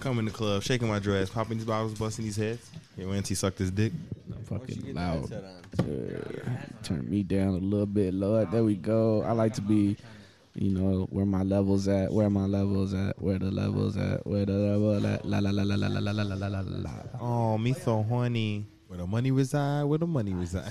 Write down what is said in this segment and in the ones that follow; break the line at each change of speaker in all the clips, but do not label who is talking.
come in the club, shaking my dress, popping these bottles, busting these heads. Your auntie sucked his dick.
fucking loud. Uh, turn me down a little bit, Lord. There we go. I like to be, you know, where my levels at, where my levels at, where the levels at, where the level at. La la la la la la la la la la la.
Oh, me so horny. Where the money reside, where the money reside.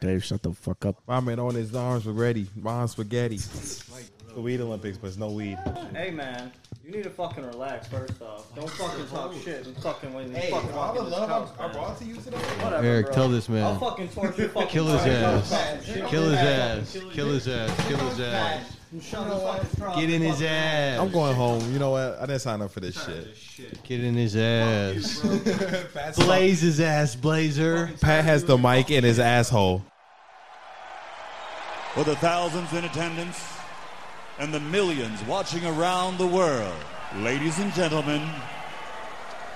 Dave, shut the fuck up.
My man on his arms spaghetti, bomb spaghetti. The weed Olympics, but it's no weed.
Hey man, you need to fucking relax first off. Don't fucking talk shit and fucking when you fucking walk in this house, man.
to you today.
Whatever,
Eric,
bro.
tell this man.
I'll fucking torture your fucking
Kill his
brains out.
ass. Kill his ass. Kill his ass. Kill his ass.
Shut the fucking straw.
Get in his ass.
I'm going home. You know what? I didn't sign up for this shit.
Get in his ass. Blaze his ass, Blazer.
Pat has the mic in his asshole.
For the thousands in attendance and the millions watching around the world, ladies and gentlemen,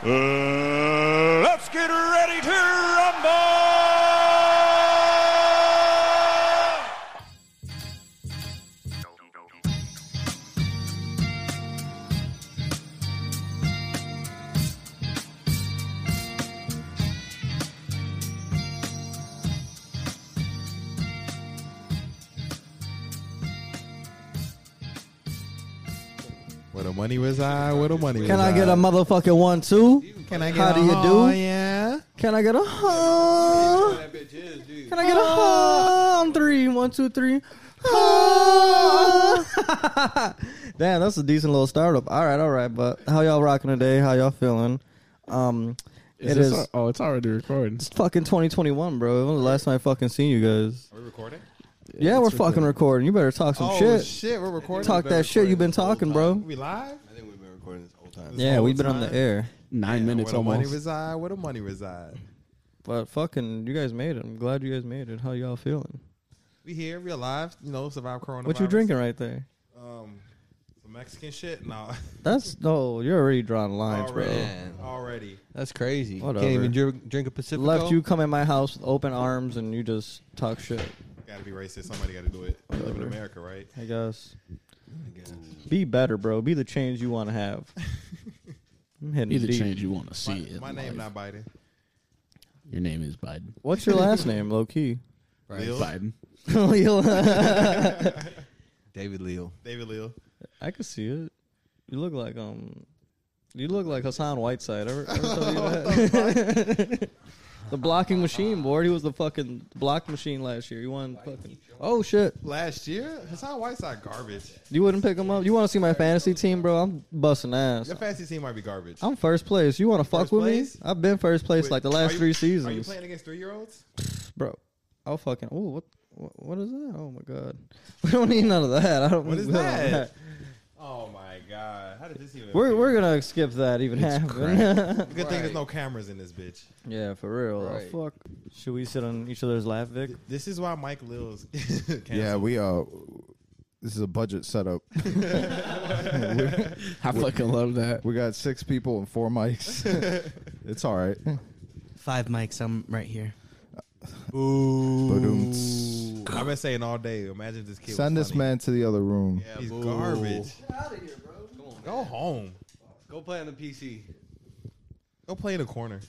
uh, let's get ready to rumble!
Where the money reside, where the money
Can I
reside.
get a motherfucking one two?
Can I
How do you do?
Oh, yeah.
Can I get a hum? Can I get a hum? Three, one, two, three. Hum. Damn, that's a decent little startup. All right, all right. But how y'all rocking today? How y'all feeling? Um, it
this
is
al- oh, it's already recording.
fucking 2021, bro. When was the last time I fucking seen you guys?
Are we recording?
Yeah, we're fucking recording. You better talk some
Oh, shit.
shit.
We're recording.
Talk that shit you've been talking, bro.
We live?
I think we've been recording this whole time.
Yeah,
whole
we've been on the
time.
air.
Nine minutes
where the money
almost.
reside, where the money reside.
But fucking, you guys made it. I'm glad you guys made it. How y'all feeling?
We here, we alive, you know, survive coronavirus.
What you drinking right there?
Um, some Mexican shit? No.
That's no. You're already drawing lines, bro.
Already.
Man.
Already.
That's crazy. You
Whatever.
Can't even drink, drink a Pacifico.
Left you come in my house with open arms and you just talk shit.
Gotta be racist. Somebody gotta do it. We live in America, right?
I guess. Be better, bro. Be the change you want to have. I'm hitting
Be the
deep.
change you want to see. in
My, my name
life.
not Biden.
Your name is Biden.
What's your last name, low key?
Right.
Lil.
Biden.
David Leal.
David Lil.
I could see it. You look like um, you look like Hassan Whiteside. Ever, ever tell you that? the blocking machine, board. He was the fucking block machine last year. You won fucking. Oh shit!
Last year, Hassan Whiteside garbage.
You wouldn't pick him up. You want to see my fantasy team, bro? I'm busting ass.
Your fantasy team might be garbage.
I'm first place. You want to fuck
First
with
place?
me? I've been first place
Wait,
like the
are
last
you-
three
Are you
seasons,
playing against three year olds?
bro. I'll fucking. Oh, what, what? What is that? Oh my god. We don't need none of that. I don't.
What is
we don't-
that? Oh my god. How did this even
We're
happen?
we're gonna skip that even happen.
Good thing there's no cameras in this bitch.
yeah, for real. Oh,
Right.
fuck. Should we sit on each other's lap, Vic?
This is why Mike Lil's
Yeah, we uh, this is a budget setup.
I fucking love that.
We got six people and four mics. it's all right.
Five mics. I'm right here.
Ba-doom.
I've been saying all day. Imagine this kid.
Send
was
this
funny.
man to the other room.
Yeah,
He's
boo.
garbage.
Come on,
Go home.
Go play on the PC.
Go play in the corner.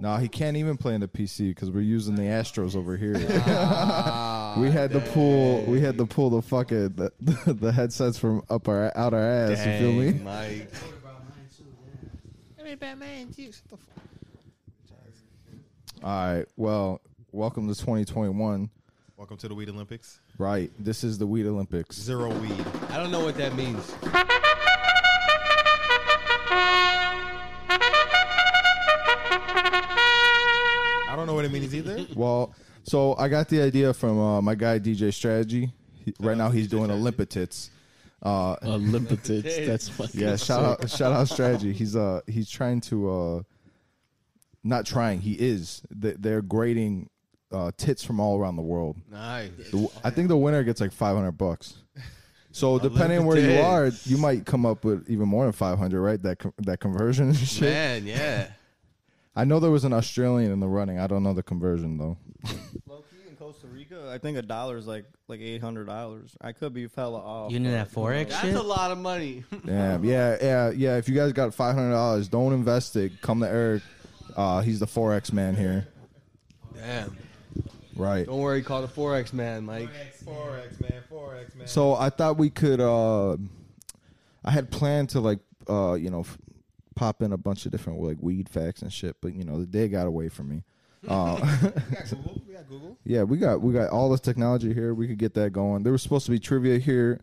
Nah, he can't even play in the PC because we're using the Astros over here.
Ah,
we had to pull. We had to pull the fucking the, the, headsets from up our out our ass. You feel me?
Mike.
All right. Well, welcome to 2021.
Welcome to the Weed Olympics.
Right. This is the Weed Olympics.
Zero weed.
I don't know what that means.
I don't know what it means either.
Well, so I got the idea from uh, my guy DJ Strategy. He, right now he's doing Olympitits. Uh,
Olympics. That's fucking.
yeah,
sick.
shout out, shout out Strategy. He's uh he's trying to uh, not trying. He is. They- They're grading uh, tits from all around the world.
Nice.
The- I think the winner gets like five hundred bucks. So depending on where you are, you might come up with even more than five hundred, right? That con- that conversion and shit.
Man, yeah.
I know there was an Australian in the running. I don't know the conversion though.
Low key in
Costa Rica, I think a dollar is like like eight hundred dollars. I could be fella off.
You know that forex
That's
shit.
a lot of money.
Damn, yeah, yeah, yeah. If you guys got five hundred dollars, don't invest it. Come to Eric. Uh, he's the forex man here.
Damn.
Right.
Don't worry, call the forex man, Mike.
Forex, man. Forex, man.
So I thought we could. Uh, I had planned to like, uh, you know, f- pop in a bunch of different like weed facts and shit, but you know, the day got away from me.
we got Google. We got Google.
Yeah, we got we got all this technology here. We could get that going. There was supposed to be trivia here.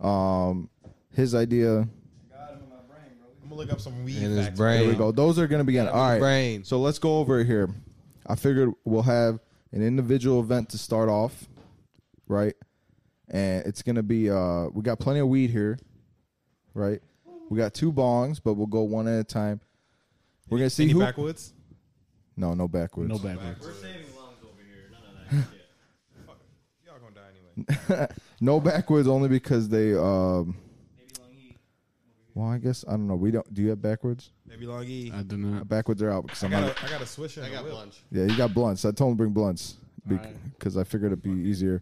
Um, his idea.
I'm gonna look up some weed.
In his
facts.
brain.
There we go. Those are going to be in. All right.
brain.
So let's go over it here. I figured we'll have an individual event to start off, right? And it's going to be uh we got plenty of weed here, right? We got two bongs, but we'll go one at a time. We're going to see
Any
who
backwoods?
No, no backwards.
No backwards.
We're saving lungs over here. None of that shit.
Y'all gonna die anyway.
No backwards only because they um
Maybe lung heat.
well, I guess I don't know. We don't do you have backwards?
Maybe long E.
I do not.
Backwards are out because
I
I'm
got
not,
a, I got a swisher.
I
and a
got
whip.
lunch.
Yeah, you got blunts. I told him to bring blunts because I figured it'd be easier.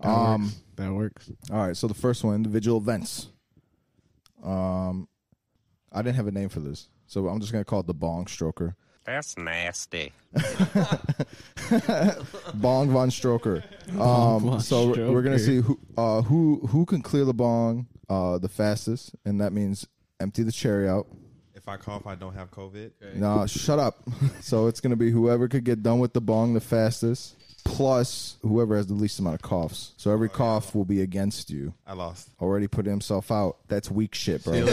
Um
That works.
All right, so the first one, individual events. Um, I didn't have a name for this, so I'm just gonna call it the Bong Stroker,
That's nasty.
Bong von Stroker. Um,
von
so we're- we're gonna
Stroker.
see who uh, who who can clear the bong uh, the fastest, and that means empty the cherry out.
If I cough, I don't have COVID.
Nah, shut up. so it's gonna be whoever could get done with the bong the fastest, plus whoever has the least amount of coughs. So
Oh,
every cough will be against you.
I lost.
Already put himself out. That's weak shit, bro.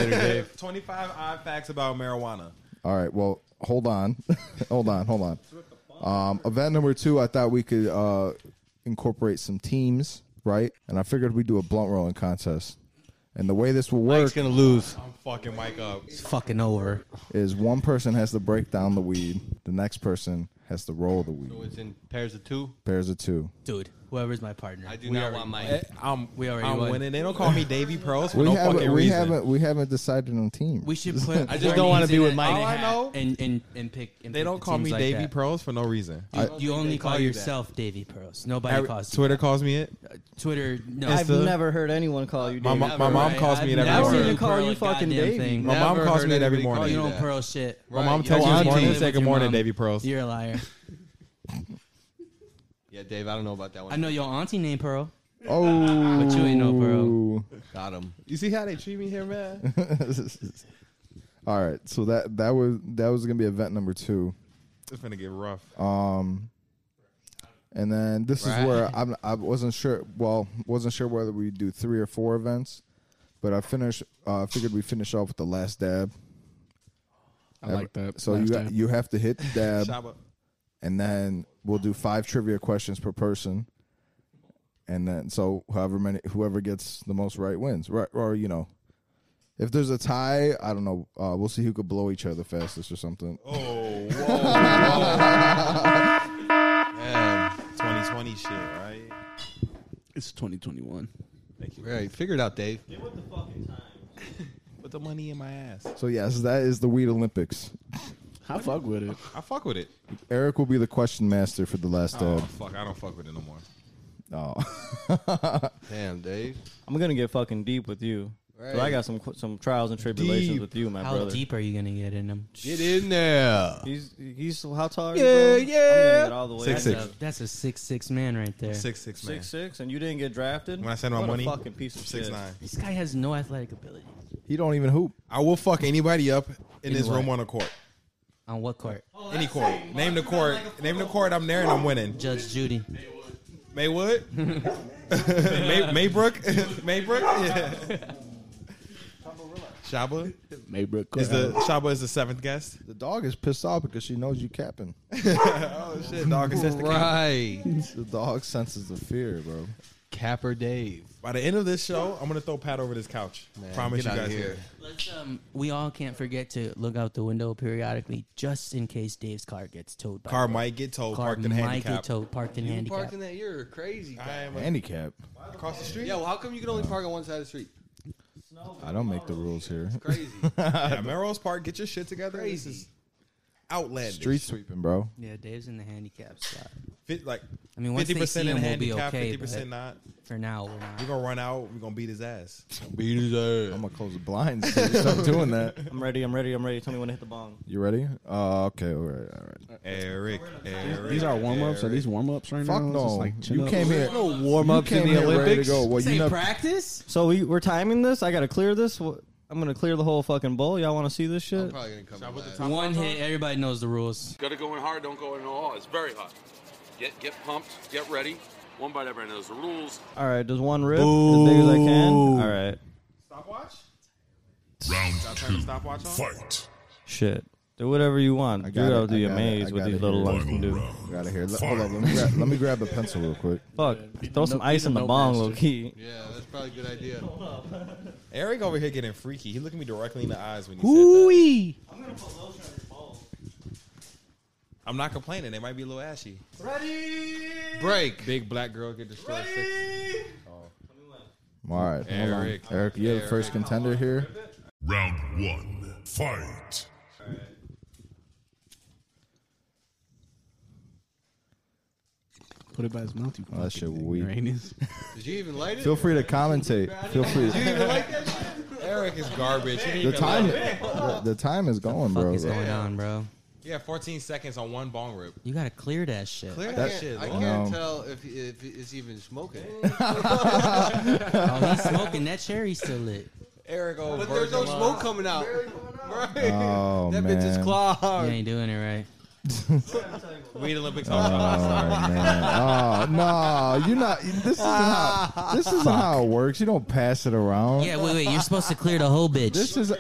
Twenty-five odd facts about marijuana.
All right. Well, hold on, hold on, hold on. Um, event number two, I thought we could uh, incorporate some teams, right? And I figured we'd do a blunt rolling contest. And the way this will work
Mike's gonna lose.
I'm fucking Mike up.
It's fucking over.
is one person has to break down the weed, the next person has to roll the weed.
So it's in pairs of two.
Pairs of two.
Dude, whoever's my partner.
I do
we
not
already-
want
Eh,
Mike.
I'm
We already
I'm
won.
winning. They don't call me Davy Pros for
We
no fucking
haven't. We
reason.
haven't. We haven't decided on team.
We should put.
I just don't wanna
Bernie's
be
in
with
a-
Mike.
in a
All I
hat
know-
And and and pick. And
They
pick
don't
the
call me
teams like
Davy
that.
Pros for no reason.
You, you only call,
call you
yourself Davy Pearls. Nobody
Every-
calls you.
Twitter calls me it.
Twitter. No.
It's
I've
the-
never-
I've never heard anyone call you.
My,
David.
mo- my mom
right?
calls me it every
I've never
morning.
seen you
call
call
you
you
fucking
fucking
Davey.
Davy. Thing.
My mom
Never
calls
heard
me it every
anybody call
morning.
you
you
don't
that.
pearl shit.
My mom
Right,
texts
you're
me
on
this morning
team.
and say
With
good
your
morning,
mom.
Davy Pearls.
You're a liar.
Yeah, Dave, I don't know about that one.
I know your auntie named Pearl.
oh,
But you ain't no bro.
Got him.
You see how they treat me here, man?
All right. So that that was that was gonna be event number two.
it's gonna get rough.
Um, and then this is where I'm, I wasn't sure. Well, wasn't sure whether we do three or four events, but I finished. Uh, figured we finish off with the last dab.
I like that.
So
Last
you
time.
got, you have to hit the dab,
Shaba.
and then we'll do five trivia questions per person, and then so however many whoever gets the most right wins. Right or you know, if there's a tie, I don't know. Uh, we'll see who could blow each other fastest or something.
Oh, whoa. Damn, 2020 shit, right?
it's 2021.
Right, figure it out, Dave.
Put the money in my ass.
So yes, that is the Weed Olympics.
I fuck with it.
I fuck with it.
Eric will be the question master for the last
Oh,
dab.
fuck. I don't fuck with it no more.
Oh.
Damn, Dave.
I'm gonna get fucking deep with you. 'Cause I
Right.
got some qu- some trials and tribulations
Deep.
with you, my
How
brother.
deep are you gonna get in them?
Get in there.
He's he's how tall? Are you, bro?
Yeah,
I'm gonna get all the way
Six,
up.
six.
That's a- That's a six six man right there.
Six six man.
six six, and you didn't get drafted.
When I send my
What a
money,
fucking piece of
six
shit.
nine.
This guy has no athletic ability.
He don't even hoop.
I will fuck anybody up in,
In
this
what?
room on a court.
On what court?
Any court. Name the court. Name the court. I'm there and I'm winning.
Judge Judy.
Maywood. May, Maybrook. Maybrook. Yeah. Shaba
Maybrook
is
Court.
the Shaba is the seventh guest.
The dog is pissed off because she knows you capping.
Oh shit, dog! It's just the count.
Right.
the dog senses the fear, bro.
Capper Dave.
By the end of this show, I'm gonna throw Pat over this couch. Promise you
get outta
guys.
here.
Here.
Let's um. We all can't forget to look out the window periodically, just in case Dave's car gets towed. By
Car might get towed.
Car
parked in
might
handicap.
get towed. Parked in
You
handicap.
parked in that year, crazy.
I
Guy.
am a-
Handicap.
across the street.
Yeah, well, how come you can only park on one side of the street?
I don't make the rules here.
Crazy.
Yeah, Melrose Park. Get your shit together. This
Crazy.
is- outlandish.
Street sweeping, bro.
Yeah, Dave's in the handicap spot.
Fit, like
I mean, once they
50%
see
in
him, we'll be
handicap,
okay.
50%
But
not.
for now, we're not.
We're gonna run out. We're gonna beat his ass.
Beat his
I'm gonna close the blinds. so you Stop doing that.
I'm ready. I'm ready. I'm ready. Tell me when to hit the bong.
You ready? Uh, okay, all right, all right.
Eric, Eric.
These are warm ups. Are these warm ups right
Fuck
now? It's
no.
just like
you
chin-ups?
came here.
No warm ups
came
in the
here ready to
Olympics.
go. Well, you
Say
know,
practice.
So we, we're timing this. I gotta clear this. Wh- I'm gonna clear the whole fucking bowl. Y'all want to see this shit?
probably gonna come. last.
One hit. Everybody knows the rules.
Gotta go in hard, don't go in at all. It's very hot. Get get pumped, get ready. One bite everyone knows the rules.
All right, does one rip as big as I can? All right,
Stopwatch?
shit. Do whatever you want.
got
Dude,
it,
I'll do
I
your
got it,
maze
I
with
got
these
it
little
here.
lungs can do.
I got it here. Let, hold on, let me, grab, let me grab the pencil real quick.
Fuck. Throw some ice in the bong, low key.
Yeah, that's probably a good idea.
Eric over here getting freaky. He looked at me directly in the eyes when you said
Ooh
that. I'm not complaining. They might be a little ashy.
Break.
Big black girl get destroyed.
All right, hold on.
Eric.
Eric, you're the first contender here.
Round one, fight.
Put it by his mouth. You
Oh, that
fucking
shit weak.
ignoramus.
Did you even light it?
Feel free to commentate. Feel free.
Eric is garbage. He didn't
The
even
time,
like-
the, the time is going,
Fuck
bro.
is
bro.
going on, bro?
Yeah, 14 seconds on one bong rip.
You gotta clear that shit.
I
that
can't,
shit,
I
Lord.
can't
No.
tell if, if it's even smoking.
Oh, he's smoking. That cherry's still lit.
Eric over.
But there's no smoke coming out. Right.
Oh
that
man.
bitch is
You
clogged.
ain't doing it right.
Weed Olympics.
Oh, man. Oh, no, you're not. This isn't how. This isn't how it works. You don't pass it around.
Yeah, wait, wait. You're supposed to clear the whole bitch.
This is.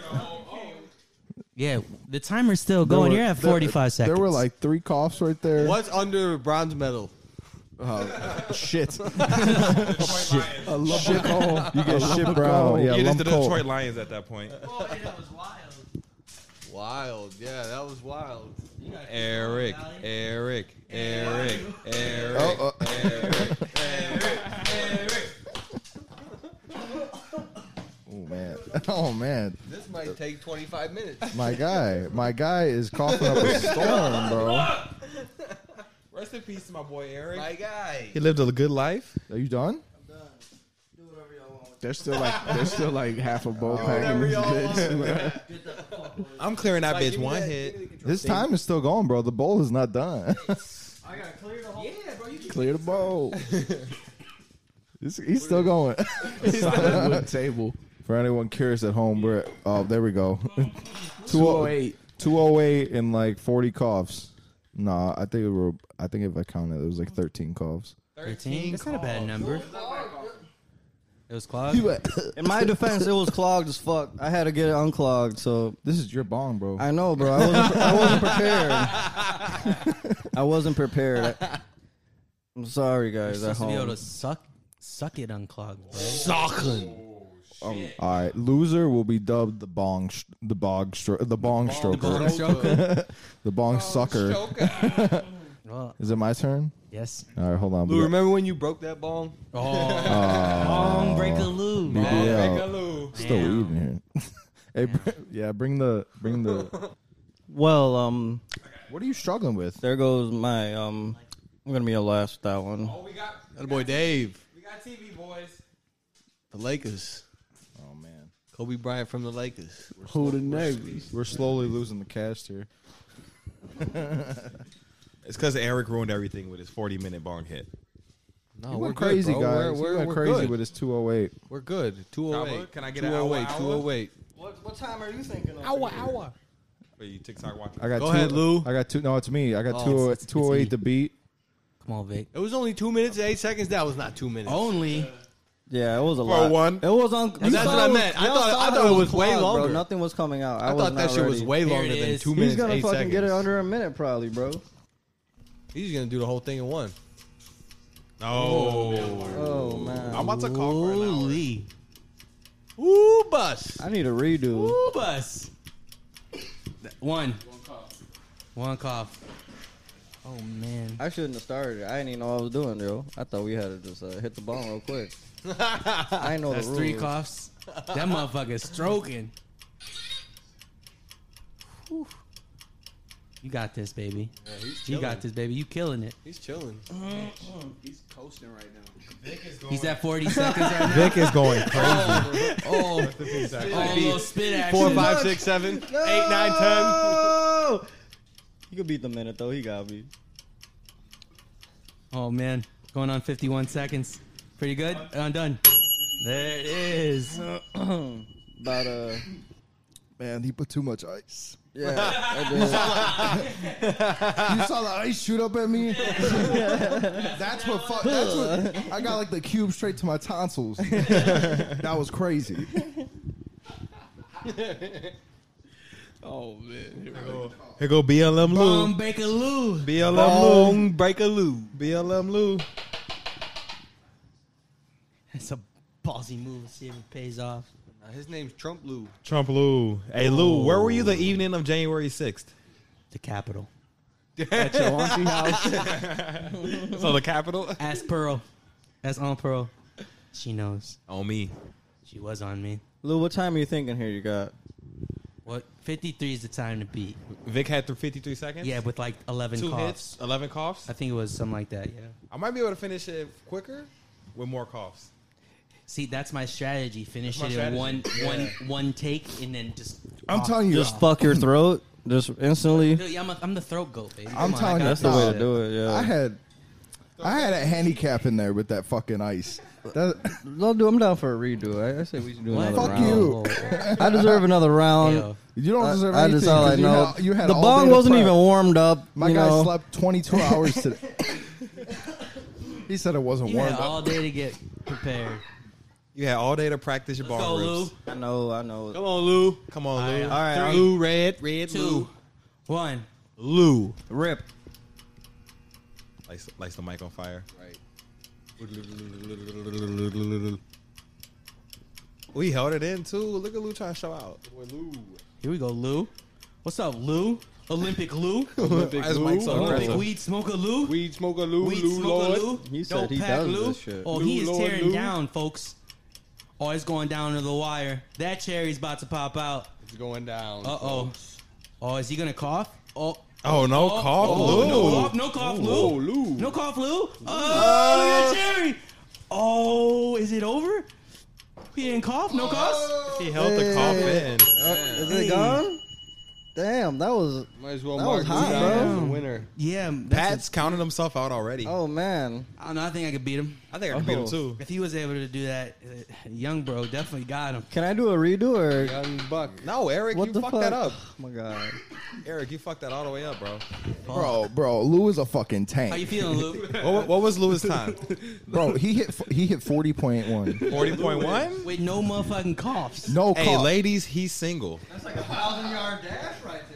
yeah, the timer's still
there
going.
were-
You're at
there-
45 seconds.
There were like three coughs right there.
What's under bronze medal?
Shit. shit. A lump shit. You get shit brown.
You're
Yeah,
just
lump
the
coal.
Detroit Lions at that point.
Wild. Yeah, that was wild.
Eric, Eric, Eric, Eric.
Oh, oh. Oh man. Oh man.
This might take 25 minutes.
My guy. My guy is coughing up a storm, bro.
Rest in peace to my boy Eric.
My guy.
he lived a good life.
Are you done?
There's still like there's still like half a bowl pack in this bitch.
I'm clearing that bitch
give me
one
that-
hit.
His time is still going, bro. The bowl is not done.
Clear the bowl.
He's- He's still going.
Solid table.
For anyone curious at home, we're at, oh there we go.
208.
208 and like 40 coughs. No, I think it were I think if I counted it was like 13 coughs.
13. That's not a bad number. It was clogged.
this
In my defense, it was clogged as fuck. I had to get it unclogged. So
is your bong, bro.
I know, bro. I wasn't, I wasn't prepared. I wasn't prepared. I, am sorry, guys.
Supposed
At
to be able
home.
to suck, suck it unclogged. Bro.
All right, um, loser will be dubbed the bong sh- the bog stro- the bong stroker. The bong sucker.
Well,
Is it my turn?
yes.
All right, hold on.
Lou, remember when you broke that bong?
Oh. Long break
Oh.
a loop.
BBL. Still
Damn.
eating here. hey, br- yeah, bring the bring the
Well, um,
What are you struggling with?
there goes my um. I'm gonna be a last with that one.
Oh, we got
That boy Dave.
we got TV boys.
The Lakers.
Oh man.
Kobe Bryant from the Lakers.
Who the Navy?
We're slowly losing the cast here.
It's because Eric ruined everything with his 40 minute bong hit.
No,
He went crazy,
good, bro.
guys. He
We're, we're,
went
we're
crazy
good.
with oh his 208.
we're good. 208.
Can I get an hour,
208.
hour?
208.
What, what time are you thinking? Of
Wait, you TikTok watching?
I got
Go
two,
ahead, Lou.
I got two. No, it's me. I got
Oh,
two-
it's- it's- it's
208
me.
to beat.
Come on, Vic.
It was only two minutes and eight seconds. That was not two minutes.
Only.
Yeah, it was a lot.
one.
It was on.
That's what I meant. I thought- I thought it was way
long.
longer.
Bro. Nothing was coming out. I,
I
was
thought that
not
shit was
ready.
way
Here
longer
it
than
is.
two
He's
He's
minutes,
gonna
eight
fucking
seconds.
get it under a minute, probably, bro.
He's gonna do the whole thing in one.
No.
Oh man,
I'm about to call for an hour.
Holy.
Ooh, bus.
I need a redo.
Ooh, bus. Th- One. One cough. Oh, man.
I shouldn't have started. it. I didn't even know what I was doing, yo. I thought we had to just uh, hit the ball real quick. I know
That's
the
three
rules.
coughs. That motherfucker's stroking. You got this, baby.
Yeah, he's
you
chilling.
got this, baby. You killing it.
He's chilling.
He's coasting right now.
Vic is
He's at 40 seconds right now.
Vic is going crazy.
Oh, oh,
That's the thing, Zach.
oh,
Be
little spit action.
four, five, six, seven, eight, nine, ten.
Oh! He could beat the minute though. He got me.
Oh man, going on 51 seconds. Pretty good. Undone. There it is.
About uh,
Man, he put too much ice.
yeah. I did.
You saw the ice shoot up at me. that's what. Fuck, that's what. I got like the cube straight to my tonsils. that was crazy.
Oh man, here we go.
Here go BLM Lou.
Bomb Baker Lou.
BLM Lou.
break a loo.
BLM Lou.
Uh,
That's a ballsy move. Let's see if it pays off.
His name's Trump Lou.
Trump Lou. Hey Lou, where were you the evening of January sixth?
The capital.
At your auntie house.
So the capital
Ask Pearl. Ask on Pearl. She knows.
on me.
She was on me.
Lou, what time are you thinking here? You got
What? 53 is the time to beat.
Vic had through 53 seconds.
Yeah, with like 11
two
coughs.
hits, 11 coughs.
I think it was something like that. Yeah.
I might be able to finish it quicker with more coughs.
See, that's my strategy. Finish
my
it in
strategy.
one, one, one take, and then just.
I'm
Oh.
telling you,
just fuck your throat, just instantly.
Dude, yeah, I'm, a, I'm the throat goat, baby.
I'm
Come on, I
telling you,
got
that's
That's the way
this
to
shit.
do it.
I
Yeah.
had, I had a handicap in there with that fucking ice. That,
No, dude, I'm down for a redo. I, I say we should do
What?
another
Fuck
round.
you.
I deserve another round.
Yo.
you don't
I-
deserve
I,
anything.
just all I
'cause you
know.
had- you had
the
all day
bong
to
wasn't
prep.
even warmed up.
My
you
guy
know.
slept 22 hours today. he said it wasn't
You
warm.
had all day to get prepared.
You had all day to practice your
Let's
ball
go, Lou.
rips.
I know. I know.
Come on, Lou. Come on, Lou.
All
right, I'm-
Lou, red, red,
Two, one.
Lou. Lou.
Rip.
Lights, lights the mic on fire. We held it in too. Look at Lou trying to show out.
Here we go, Lou. What's up, Lou? Olympic Lou.
Why is Mike so
Olympic
aggressive?
weed smoker Lou.
Weed smoker Lou,
Weed
Lou
smoker
Lord.
Lou.
He said
Dope
he
pack
does
Lou.
this shit.
Oh, he
Lou
is
Lord
tearing
Lou.
down, folks. Oh, it's going down to the wire. That cherry's about to pop out.
It's going down.
Uh oh. Oh, is he gonna cough? Oh.
Oh no, cough,
oh, No
Lou.
cough, no cough,
Oh,
Lou.
Lou.
No cough, Lou. Oh, look at that cherry. Oh, is it over? He didn't cough. No coughs.
He held the cough in.
Is
Hey.
it gone? Damn, that was.
Might as well
That
mark
was
Lou
hot,
down
bro.
as the winner.
Yeah, that's.
Pat's counting himself out already.
Oh man.
I I don't know. I think I could beat him.
I think I can beat him
Oh.
too.
If he was able to do that, uh, young bro definitely got him.
Can I do a redo or?
Young Buck.
No, Eric,
What
you
the
fucked
fuck?
that up.
Oh my god.
Eric, you fucked that all the way up, bro.
Bro, bro, Lou is a fucking
How you
tank.
feeling, Lou?
What, what was Lou's time?
Bro, he hit f- he hit 40.1.
Forty point one.
With no motherfucking coughs.
No
Hey,
cough.
ladies, he's single.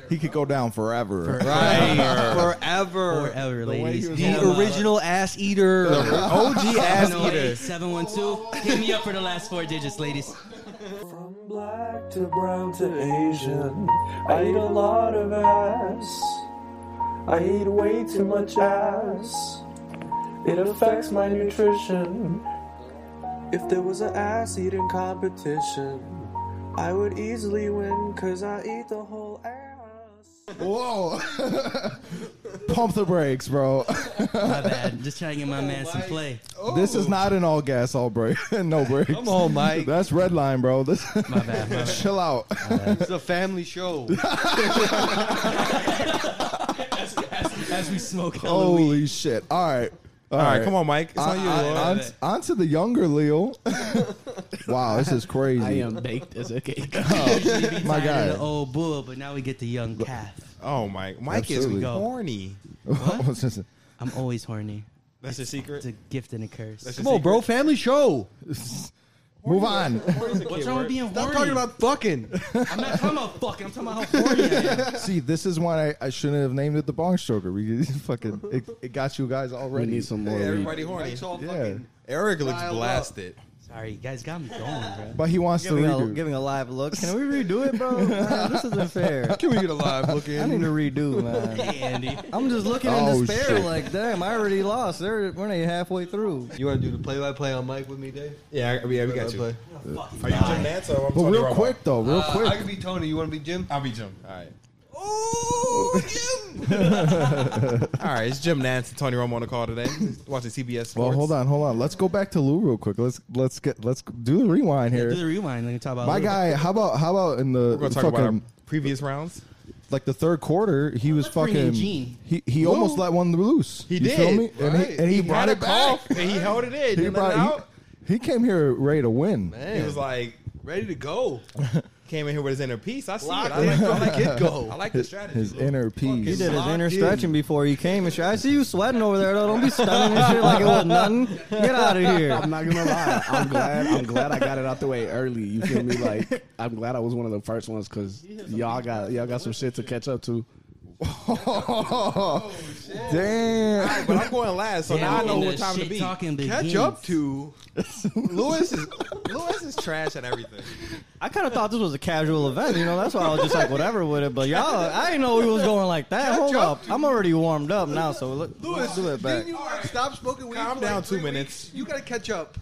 He could go down forever.
Right.
Forever, ladies. The
original ass eater.
OG ass eater.
712. Hit me up for the last four digits, ladies.
From black to brown to Asian, I eat a lot of ass. I eat way too much ass. It affects my nutrition. If there was an ass eating competition, I would easily win because I eat the whole ass.
Whoa. Pump the brakes, bro.
My bad. Just trying to get my man some play.
Oh.
This is not an all gas, all break. no brakes. Come on, Mike. That's red line, bro. This
My bad. My bad.
chill out.
It's a family show.
As we smoke hella weed.
Holy shit. All right.
All right, come on, Mike. It's on you. Lou.
on, on to the younger Leo. wow, this is crazy.
I am baked as a cake.
Usually be
my
tired of
God.
the old bull, but now we get the young calf.
Oh, Mike. Mike
Absolutely.
is horny.
I'm always horny.
That's your secret.
It's a gift and a curse.
Come on, bro. Family show.
Move on.
What's wrong with being horny?
Stop talking about fucking.
I'm not talking about fucking. I'm talking about how horny I am.
See, this is why I, I shouldn't have named it the Bong Stroker. We fucking it, it got you guys
we
already.
need some more.
Hey,
weed.
everybody horny.
It's all
yeah,
fucking.
Eric looks
Dial up.
blasted.
Sorry, you guys got me going, bro.
but he wants to
Giving a,
redo.
giving a live look. Can we redo it, bro? Man, this isn't fair.
Can we get a live look
I need
in?
to redo, man.
Hey, Andy.
I'm just looking in
Oh,
despair,
shit.
like, damn, I already lost. They're, we're not even halfway through.
You want to do the play-by-play on Mike with me, Dave?
Yeah, I- yeah, we got you.
Play-by-play.
Are you Jim Nance or I'm
But
Tony
real
Romo?
quick though, real
Uh, I
quick.
could be Tony. You want to be Jim?
I'll be Jim. All right. All right, it's Jim Nance and Tony Romo on the call today. Watching CBS Sports.
Well, hold on, hold on. Let's go back to Lou real quick. Let's let's get let's do the rewind here.
Do the rewind. Let me talk about
My
Lou.
guy, how about how about in the
We're gonna talk
fucking,
about our previous rounds.
like the third quarter? He was
bring in
fucking.
Gene.
He he
Lou?
almost let one loose.
He
You
did,
feel me? And
right.
he and he,
He had
brought it
a
back.
cough, and he held it in,
He,
didn't let it out.
he, he came here ready to win.
He was like ready to go. Came in here with his inner peace. I see
Locked
it. I like,
in.
I like it.
Go.
I like the strategy.
His inner peace.
He did his
Locked
inner
in.
stretching before he came. And shit. I see you sweating over there, though. Don't be stunning and shit like it was nothing. Get out of here.
I'm not gonna lie. I'm glad. I'm glad I got it out the way early. You feel me? Like I'm glad I was one of the first ones because y'all got y'all got some shit to catch up to.
Oh, Damn.
All right, but I'm going last, so
Damn,
now I know
and
what
the
time to
shit
be.
talking
Catch
begins.
up to Lewis is Lewis is trash at everything.
I kind of thought this was a casual event, you know. That's why I was just like, whatever with it. But y'all, I didn't know we was going like that. Hold up, I'm already warmed up now, so look, let's do it back.
Didn't you stop smoking weed?
Calm
for
down
like
two
three
minutes.
weeks? You gotta catch up.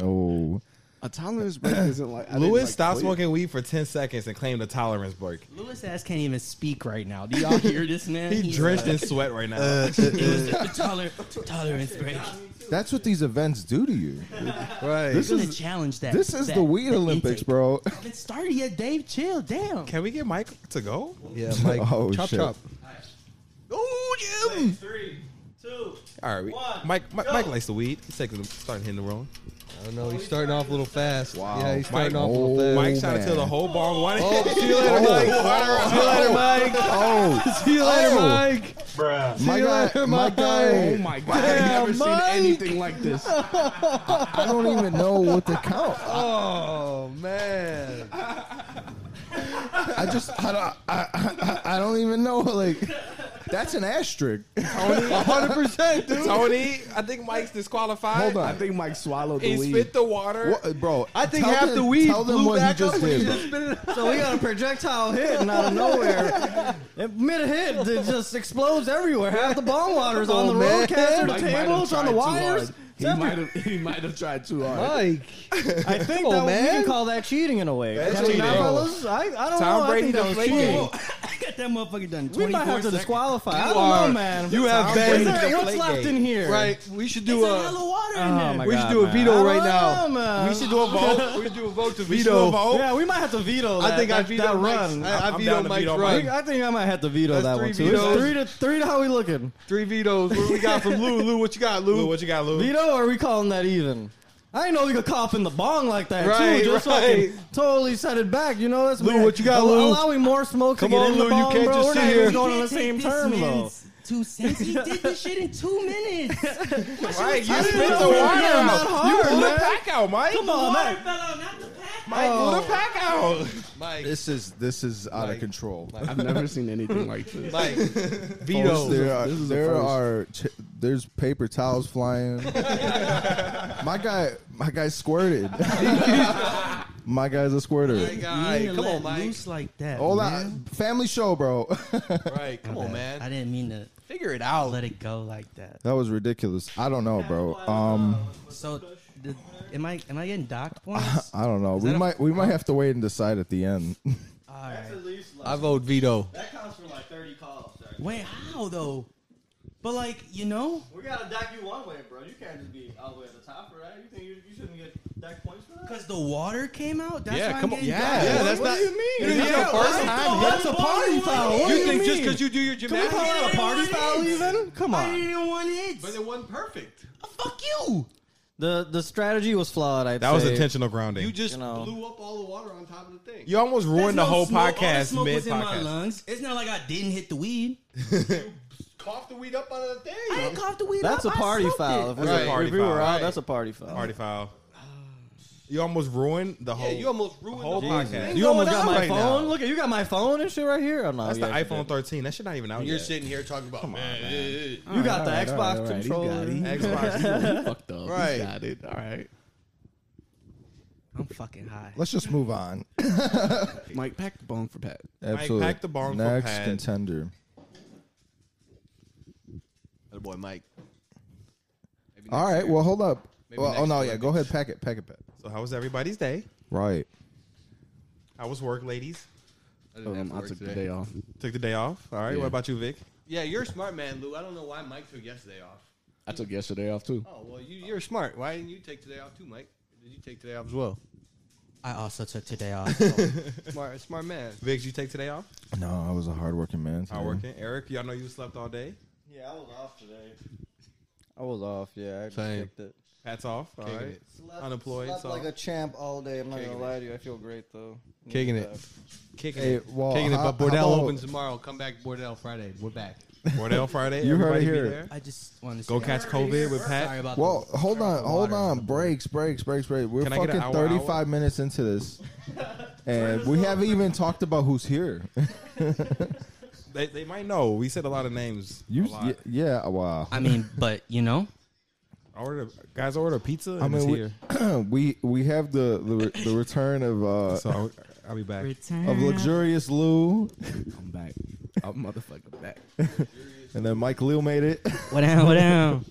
Oh.
A tolerance break isn't like I
Lewis
didn't, like,
stopped
wait.
smoking weed for ten seconds and claimed a tolerance break.
Lewis ass can't even speak right now. Do y'all hear this man?
He
He's
drenched in
like-
sweat right now.
It was the toler- tolerance break.
That's what these events do to you.
Right.
This
We're gonna
is
challenge that-
This is
that-
the Weed
that
Olympics,
intake.
bro.
Haven't started yet, Dave. Chill, damn.
Can we get Mike to go?
Yeah, Mike.
Oh,
chop
shit.
chop.
Oh, Jim.
Three, two.
All right, we-
One,
Mike. Mike,
go.
Mike likes the weed. He's taking, starting hitting the wrong.
I don't know. He's starting off a little fast.
Wow.
Yeah, he's starting
Mike,
off a little fast.
Mike trying to tell the whole bar one.
Oh, see you later, Mike. See you later, Mike.
Oh,
See you later,
Oh.
Mike.
Bruh.
See
my
you
guy,
later,
my
Mike.
guy.
Oh my god! I've never seen anything like this.
I don't even know what to count.
Oh man.
I just, I don't, I, I, I don't even know. Like, that's an asterisk.
hundred percent, dude.
Tony, I think Mike's disqualified.
Hold
I
on,
think Mike swallowed the
He
weed.
spit the water.
what, bro.
I think
tell
half
them-
the weed
Tell them
blew
what
back
he just
up when
did.
you just spit it out.
So we got a projectile hitting out of nowhere. Mid hit, it just explodes everywhere. Half the bomb water is on the
Oh, man.
roadcaster, the
Mike might have
tables, on
tried
the
too
wires.
hard. He might have. He might have tried too hard.
Mike.
I think
Come on,
that we
man.
can call that cheating in a way.
That's
Can we not,
cheating.
fellas? I, I don't
Tom
know.
Brady
I think that was
deflated.
cheating.
I got that motherfucker done.
We might
24
have to
seconds.
disqualify. I
You
don't
are-
know, man.
you have
What's
been-
there- What's
deflate
left
gate.
in here?
Right. We should do
It's a
a.
hell of water in
Oh
there.
my
We should
God,
do a
man.
veto
I
right
don't
now.
know, man.
We should do a vote. we should do a vote to veto.
Yeah, we might have to veto. That,
I think
that,
I veto
that
Mike's.
run.
I, I
I'm down
veto
to
Mike's
veto
run.
Mike.
I think I might have to veto
That's
that one
three
too. It's
vetoes.
three to three to how we looking?
Three vetoes. What do we got from Lou? Lou, what you got, Lou?
Lou, what you got, Lou?
Veto, or are we calling that even? I didn't know we could cough in the bong like that
Right,
too. Just
right.
fucking totally set it back. You know that's
Lou,
man-
what you got, Lou?
Allowing more smoke
Come
to get
on,
in
Lou,
the
you
bong,
can't
bro.
just
We're
sit
not
here.
even
You
going on the
Take
same
this
term though.
man's Two cents. He did this shit in two minutes.
Mike, you
didn't
spit
know
the
we
water
were getting
out.
that hard,
you blew the
man.
pack out, Mike.
Come on,
Water
man.
fell out, not the pack.
Mike blew the pack out.
Mike.
This is this is out
Mike.
of control.
I've never seen anything like this.
Mike.
Folks,
Veto.
there are,
this is a
there
first.
are ch- there's paper towels flying. my guy, my guy squirted. my guy's a
My
squirter.
guy.
You ain't
Come
let
on, Mike.
Loose like that.
Hold
man.
on, family show, bro.
Right. Come on,
I
man.
didn't mean to
Figure it out.
let it go like that.
that was ridiculous. I don't know, bro. Um,
So, the, am I am I getting docked points?
I don't know. We
that a-
might we might have to wait and decide at the end.
All right.
I vote veto.
That counts for like 30 calls. Sorry.
Wait, how though? But like you know,
We gotta dock you one way, bro. You can't just be all the way at the top for that. You think you, you shouldn't get docked points for that?
because the water came out. That's
Yeah,
why
come
I'm
on.
getting
Yeah,
docked.
yeah, that's not. You didn't get your first time.
That's a party foul.
You think just because you do your
Can we
gymnastics?
call that a party
Everyone
foul
is.
even? Come
I
on.
didn't want it.
But it wasn't perfect.
Fuck you.
The the strategy was flawed. I
That was intentional grounding.
You just
You know.
blew up all the water on top of the thing.
You almost
There's
ruined
no
the whole
smoke. All
podcast
smoke
mid
was in my
podcast.
lungs. It's not like I didn't hit the weed.
coughed the weed up out of the thing.
I didn't cough the weed.
That's a
up. I
party
smoked
foul.
it.
If we,
That's a
if
party
we
foul,
were
right.
out, that's a party foul.
Party foul. You almost ruined the
Yeah,
whole.
you almost ruined
whole
the
podcast.
You almost got my
Right now.
phone. Look at you got my phone and shit right here. Oh, no,
That's
yeah,
the
you
iPhone 13. That shit not even out
You're
yet.
sitting here talking about man, eh, eh, eh.
did. You got the
All right, all right, all
Xbox
right. He's
controller.
got it. He
Xbox.
fucked up.
Right.
He got it. All right.
I'm fucking high.
Let's just move on.
Mike, pack the bone for Pat.
Absolutely.
pack the bong for
Next
Pat.
contender.
That boy Mike. Maybe
All
next
right.
year.
Well, hold up.
Maybe
Well, oh
next
no, yeah.
Olympics.
Go ahead, pack it, pack it, pack. it.
So how was everybody's day?
Right.
How was work, ladies?
I didn't have
Um,
to
I
work
took the
today.
day off.
Took the day off. All right.
Yeah.
What about you, Vic?
Yeah, you're a smart man, Lou. I don't know why Mike took yesterday off.
I took yesterday off too.
Oh well, you, you're smart. Why didn't you take today off too, Mike? Did you take today off as well?
I also took today off.
smart, smart man.
Vic, you take today off?
No, I was a hardworking man. today.
How working? Eric, y'all know you slept all day.
Yeah, I was off today.
I was off. Yeah, I just
Same.
kicked it.
Hats off. All right.
Kicking
Slept-
Unemployed.
Slept
so
like a champ all day. I'm not
Kicking
gonna
it.
lie to you. I feel great though.
Kicking
Yeah.
it.
Kicking
Hey,
it.
well,
Kicking it.
how-
But Bordell
how about-
opens tomorrow. Come back, Bordell Friday. We're back.
Bordell Friday.
You heard it
everybody be
here.
there?
I just wanted to
go
say-
catch COVID with
Sorry
Pat.
about
Well,
the-
hold on, hold
water.
on. Breaks, breaks, breaks, breaks. We're
Can I get
fucking
an hour,
thirty-five
hour?
minutes into this, and we haven't even talked about who's here.
They, they might know. We said a lot of names.
you,
a lot.
yeah, yeah, wow.
I mean, but you know,
I ordered guys I ordered pizza. And
I mean,
it's
we,
here.
we we have the the, re- the return of uh
So I'll, I'll be back.
of luxurious Lou,
I'm back. I'm motherfucking back.
and then Mike Lou made it.
what down, what down.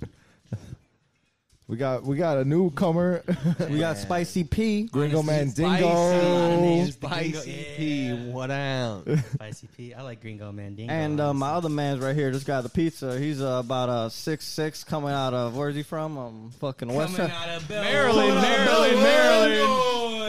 We got we got a newcomer,
We got Spicy P.
Gringo
Spicy.
Mandingo.
Spicy
P, what down?
Spicy P. I like Gringo Mandingo.
And uh, my
honestly.
other man's right here, this guy, the pizza. He's uh, about uh, six six, coming out of where's he from? Um, fucking West.
coming out of Bel-
Maryland,
coming out of
Maryland,
Maryland.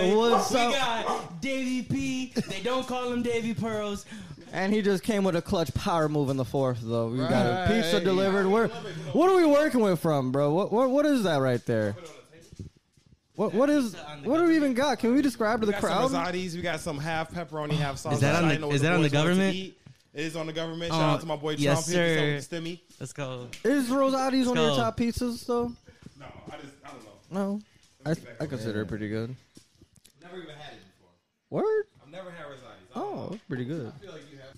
Maryland. What's
we
up?
got Davy P. They don't call him Davy Pearls.
And he just came with a clutch power move in the fourth, though. We got a
Right.
pizza delivered. Where, what are we working with from, bro? What what, what is that right there? What what is what do we even got? Can we describe to
We
the
got
crowd?
some risottis. We got some half pepperoni, half sauce.
Is that on
I
the-
didn't know what
is that on the
boys wanted to
government?
eat. It is on the government.
Oh,
Shout out to my boy
yes,
Trump. Hit
sir.
this up with Stimmy.
Let's go.
Is Rosati's one of your
Let's go.
top pizzas, though?
No, I just I don't know.
No, I, I consider it pretty good.
Never even had it before.
Word.
I've never had risottis.
Oh, that's pretty good.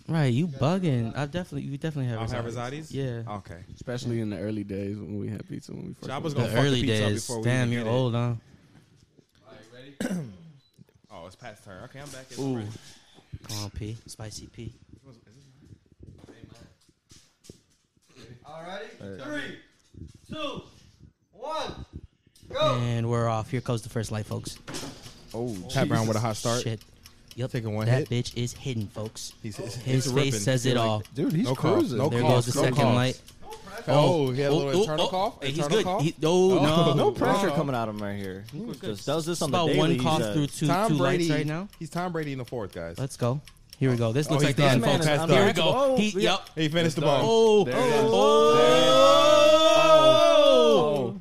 Right, you bugging. I definitely, you definitely
I'll
have.
have risottis.
risottis. Yeah.
Oh. Okay.
Especially in the early days when we had pizza when we first.
So I was
The
gonna fuck
early
the pizza up
days.
before we
Damn,
even
you're
get it.
old, huh?
Oh, it's Pat's turn. Okay, I'm back. It's
Ooh.
alright.
Come on, P. Spicy P.
Three, two, one.
And we're off. Here comes the first light, folks.
Oh,
Pat Brown with a hot start.
Shit. Yep.
Taking one
that
hit.
bitch is hidden, folks.
He's,
Oh.
His face says it all.
dude, he's
No cough,
cruising.
no
there
cough,
goes the
no
second
cough.
light.
Oh, he had a little
oh,
internal
oh.
cough.
He's
Internal
good.
cough? Oh.
He, no, no,
Oh, No pressure coming out of him right here. He just does this
It's
on the
about
daily.
one
he
cough
said.
through two,
Tom
two
Brady
lights right now.
He's Tom Brady in the fourth, guys.
Let's go. Here we go. This
Oh,
looks
he's
like the
done.
end,
Man
folks.
is
Here we
untouchable.
go.
Oh,
He,
we-
yep.
He finished the ball.
Oh,
There it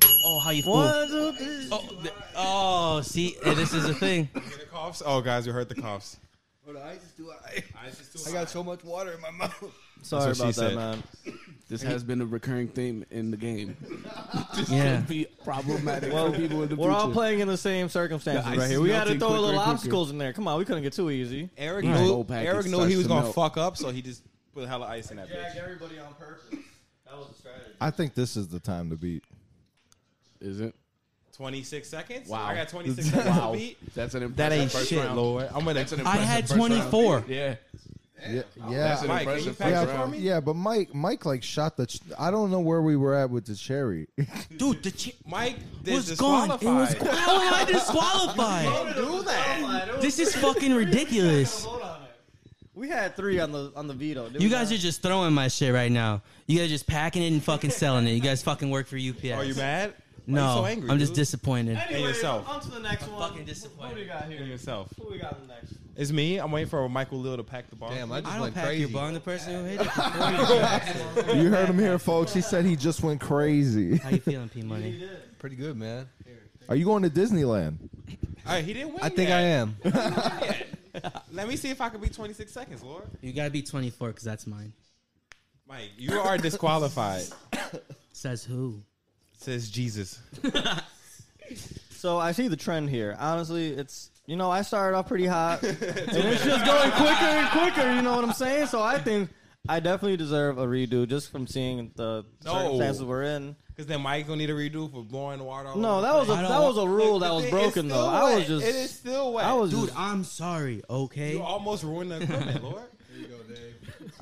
is.
oh, oh, how you fool?
One, two, three.
Oh, th- oh, see, and this is a thing.
Hear the coughs? Oh, guys, you heard the coughs.
I got so much water in my mouth.
Sorry
what she
about that,
said.
man.
This has been a recurring theme in the game. this
Yeah.
should be problematic for people in the
We're
future.
all playing in the same circumstances
The ice
right here.
is
We got to
melting
throw
quicker and
little
quicker.
obstacles in there. Come on, we couldn't get too easy.
Eric
Right.
knew
Whole package
Eric knew
starts
he was
to
gonna
melt.
fuck up, so he just put a hella ice in that bitch.
everybody on purpose. That was a strategy.
I think this is the time to beat.
Is it?
26 seconds?
Wow.
I got 26 seconds to beat.
That's an impressive
That ain't
first
shit,
round.
Lord. I'm gonna.
That's an
I
impressive
had
first round.
24.
Yeah.
Yeah,
That's
yeah.
Mike, can you
an impressive
pass
first
it for
round.
me?
Yeah, but Mike, Mike, like shot the. Ch- I don't know where we were at with the cherry.
Dude, the chick
Mike
was gone. It was
disqualified.
how am I disqualified?
do that.
This is fucking ridiculous.
We had three on the on the veto. didn't
You
we
guys
not?
are just throwing my shit right now. You guys just packing it and fucking selling it. You guys fucking work for UPS.
Are you mad?
No,
Why you so angry,
I'm just
dude?
disappointed.
And yourself.
On to the next
I'm
one.
fucking disappointed.
Who do we got
And
here?
yourself.
Who we got in the next?
It's me. I'm waiting for Michael Lil to pack the ball.
Damn, I just
I don't
went
pack
crazy.
your bond. The person who hit it. before you.
you heard him here, folks. He said he just went crazy.
How you feeling, P Money?
Pretty good, man.
Are you going to Disneyland?
All right, he didn't win.
I think
yet.
I am.
Let me see if I can beat 26 seconds, Lord.
You gotta be 24 because that's mine.
Mike, you are disqualified.
Says who?
Says Jesus.
So I see the trend here. Honestly, it's you know I started off pretty hot, and it's just going quicker and quicker. You know what I'm saying? So I think I definitely deserve a redo just from seeing the
No.
circumstances we're in.
Because then Mike gonna need a redo for blowing the water. all
No,
over
that
the
was a
place.
I don't
that
want-
was a rule
Look,
that
the
was
thing, it's
broken though.
still
I was
wet.
just
It is still wet.
I was
Dude,
just,
I'm sorry. Okay.
You almost ruined the equipment, Lord. There you go, Dave.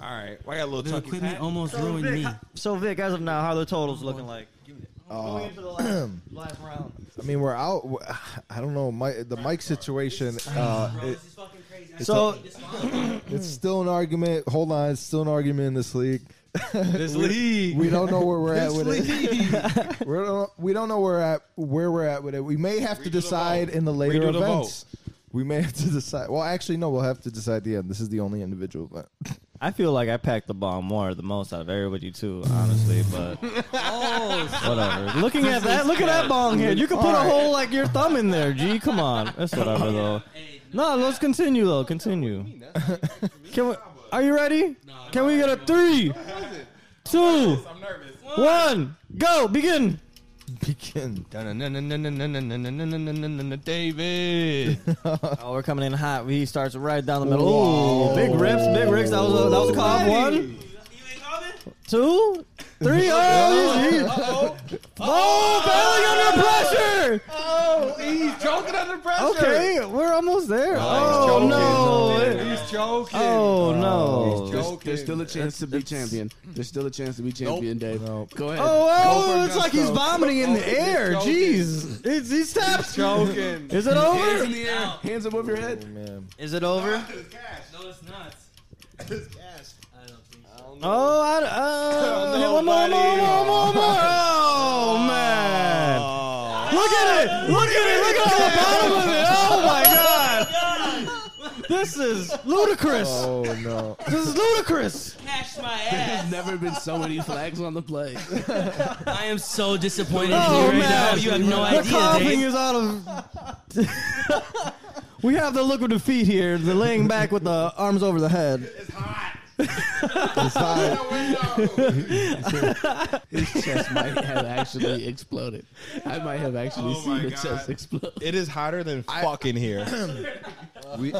All right, well, I got a little
The
chunky.
equipment
pack.
almost ruined me.
so Vic. As of now, how are the totals looking like?
Going
Uh,
into the last, last round.
I mean, we're out. I don't know. Mike, the Mike situation. Uh, it,
fucking crazy.
So
It's still an argument. Hold on, it's still an argument in this league.
This
We-
league.
we don't know where we're at
This
with it. we don't, we don't know where at where we're at with it. We may have to decide in the later
Redo the
events. we may have to decide. Well, actually, no. We'll have to decide at the end. This is the only individual event.
I feel like I packed the ball more, the most out of everybody too, honestly. But whatever. Looking at that, look at that bong here. You could put a hole like your thumb in there. G, come on. That's whatever though. No, let's continue though. Continue. Can we? Are you ready? Can we get a three, two, one, go? Begin.
Begin.
David. oh, we're coming in hot. He starts right down the middle. Ooh, big rips, big rips. That was a, that was a call. One,
Alrighty.
two, three. Oh, he's- he- oh, failing under pressure.
Oh, he's choking under pressure.
Okay, we're almost there. Oh, no.
He's choking.
Oh
Oh,
no.
There's, there's still a chance to be champion. There's still a chance to be champion, Dave. Go ahead.
Oh,
Go
oh
for it,
it's like he's
Gusto.
vomiting in the air.
Choking.
Jeez, it's, he's tapped.
choking.
Is it
Hands in
over?
the air. Hands above your head.
Is it over?
No, it's not.
Oh, I, uh, hit one more, one more, one more, one more. Oh man!
Oh.
Look at it! Look at it! Look at the bottom of it! Oh my god!
Oh,
This is ludicrous.
Oh no!
This is ludicrous.
Cash my ass.
There's never been so many flags on the play.
I am so disappointed in
Oh
you right now.
man!
You have no
the
idea,
coughing
Dave.
is out of. we have the look of defeat here. The laying back with the arms over the head.
It's
hot. His chest might have actually exploded. I might have actually
Oh
seen the chest explode.
It is hotter than fucking here.
We,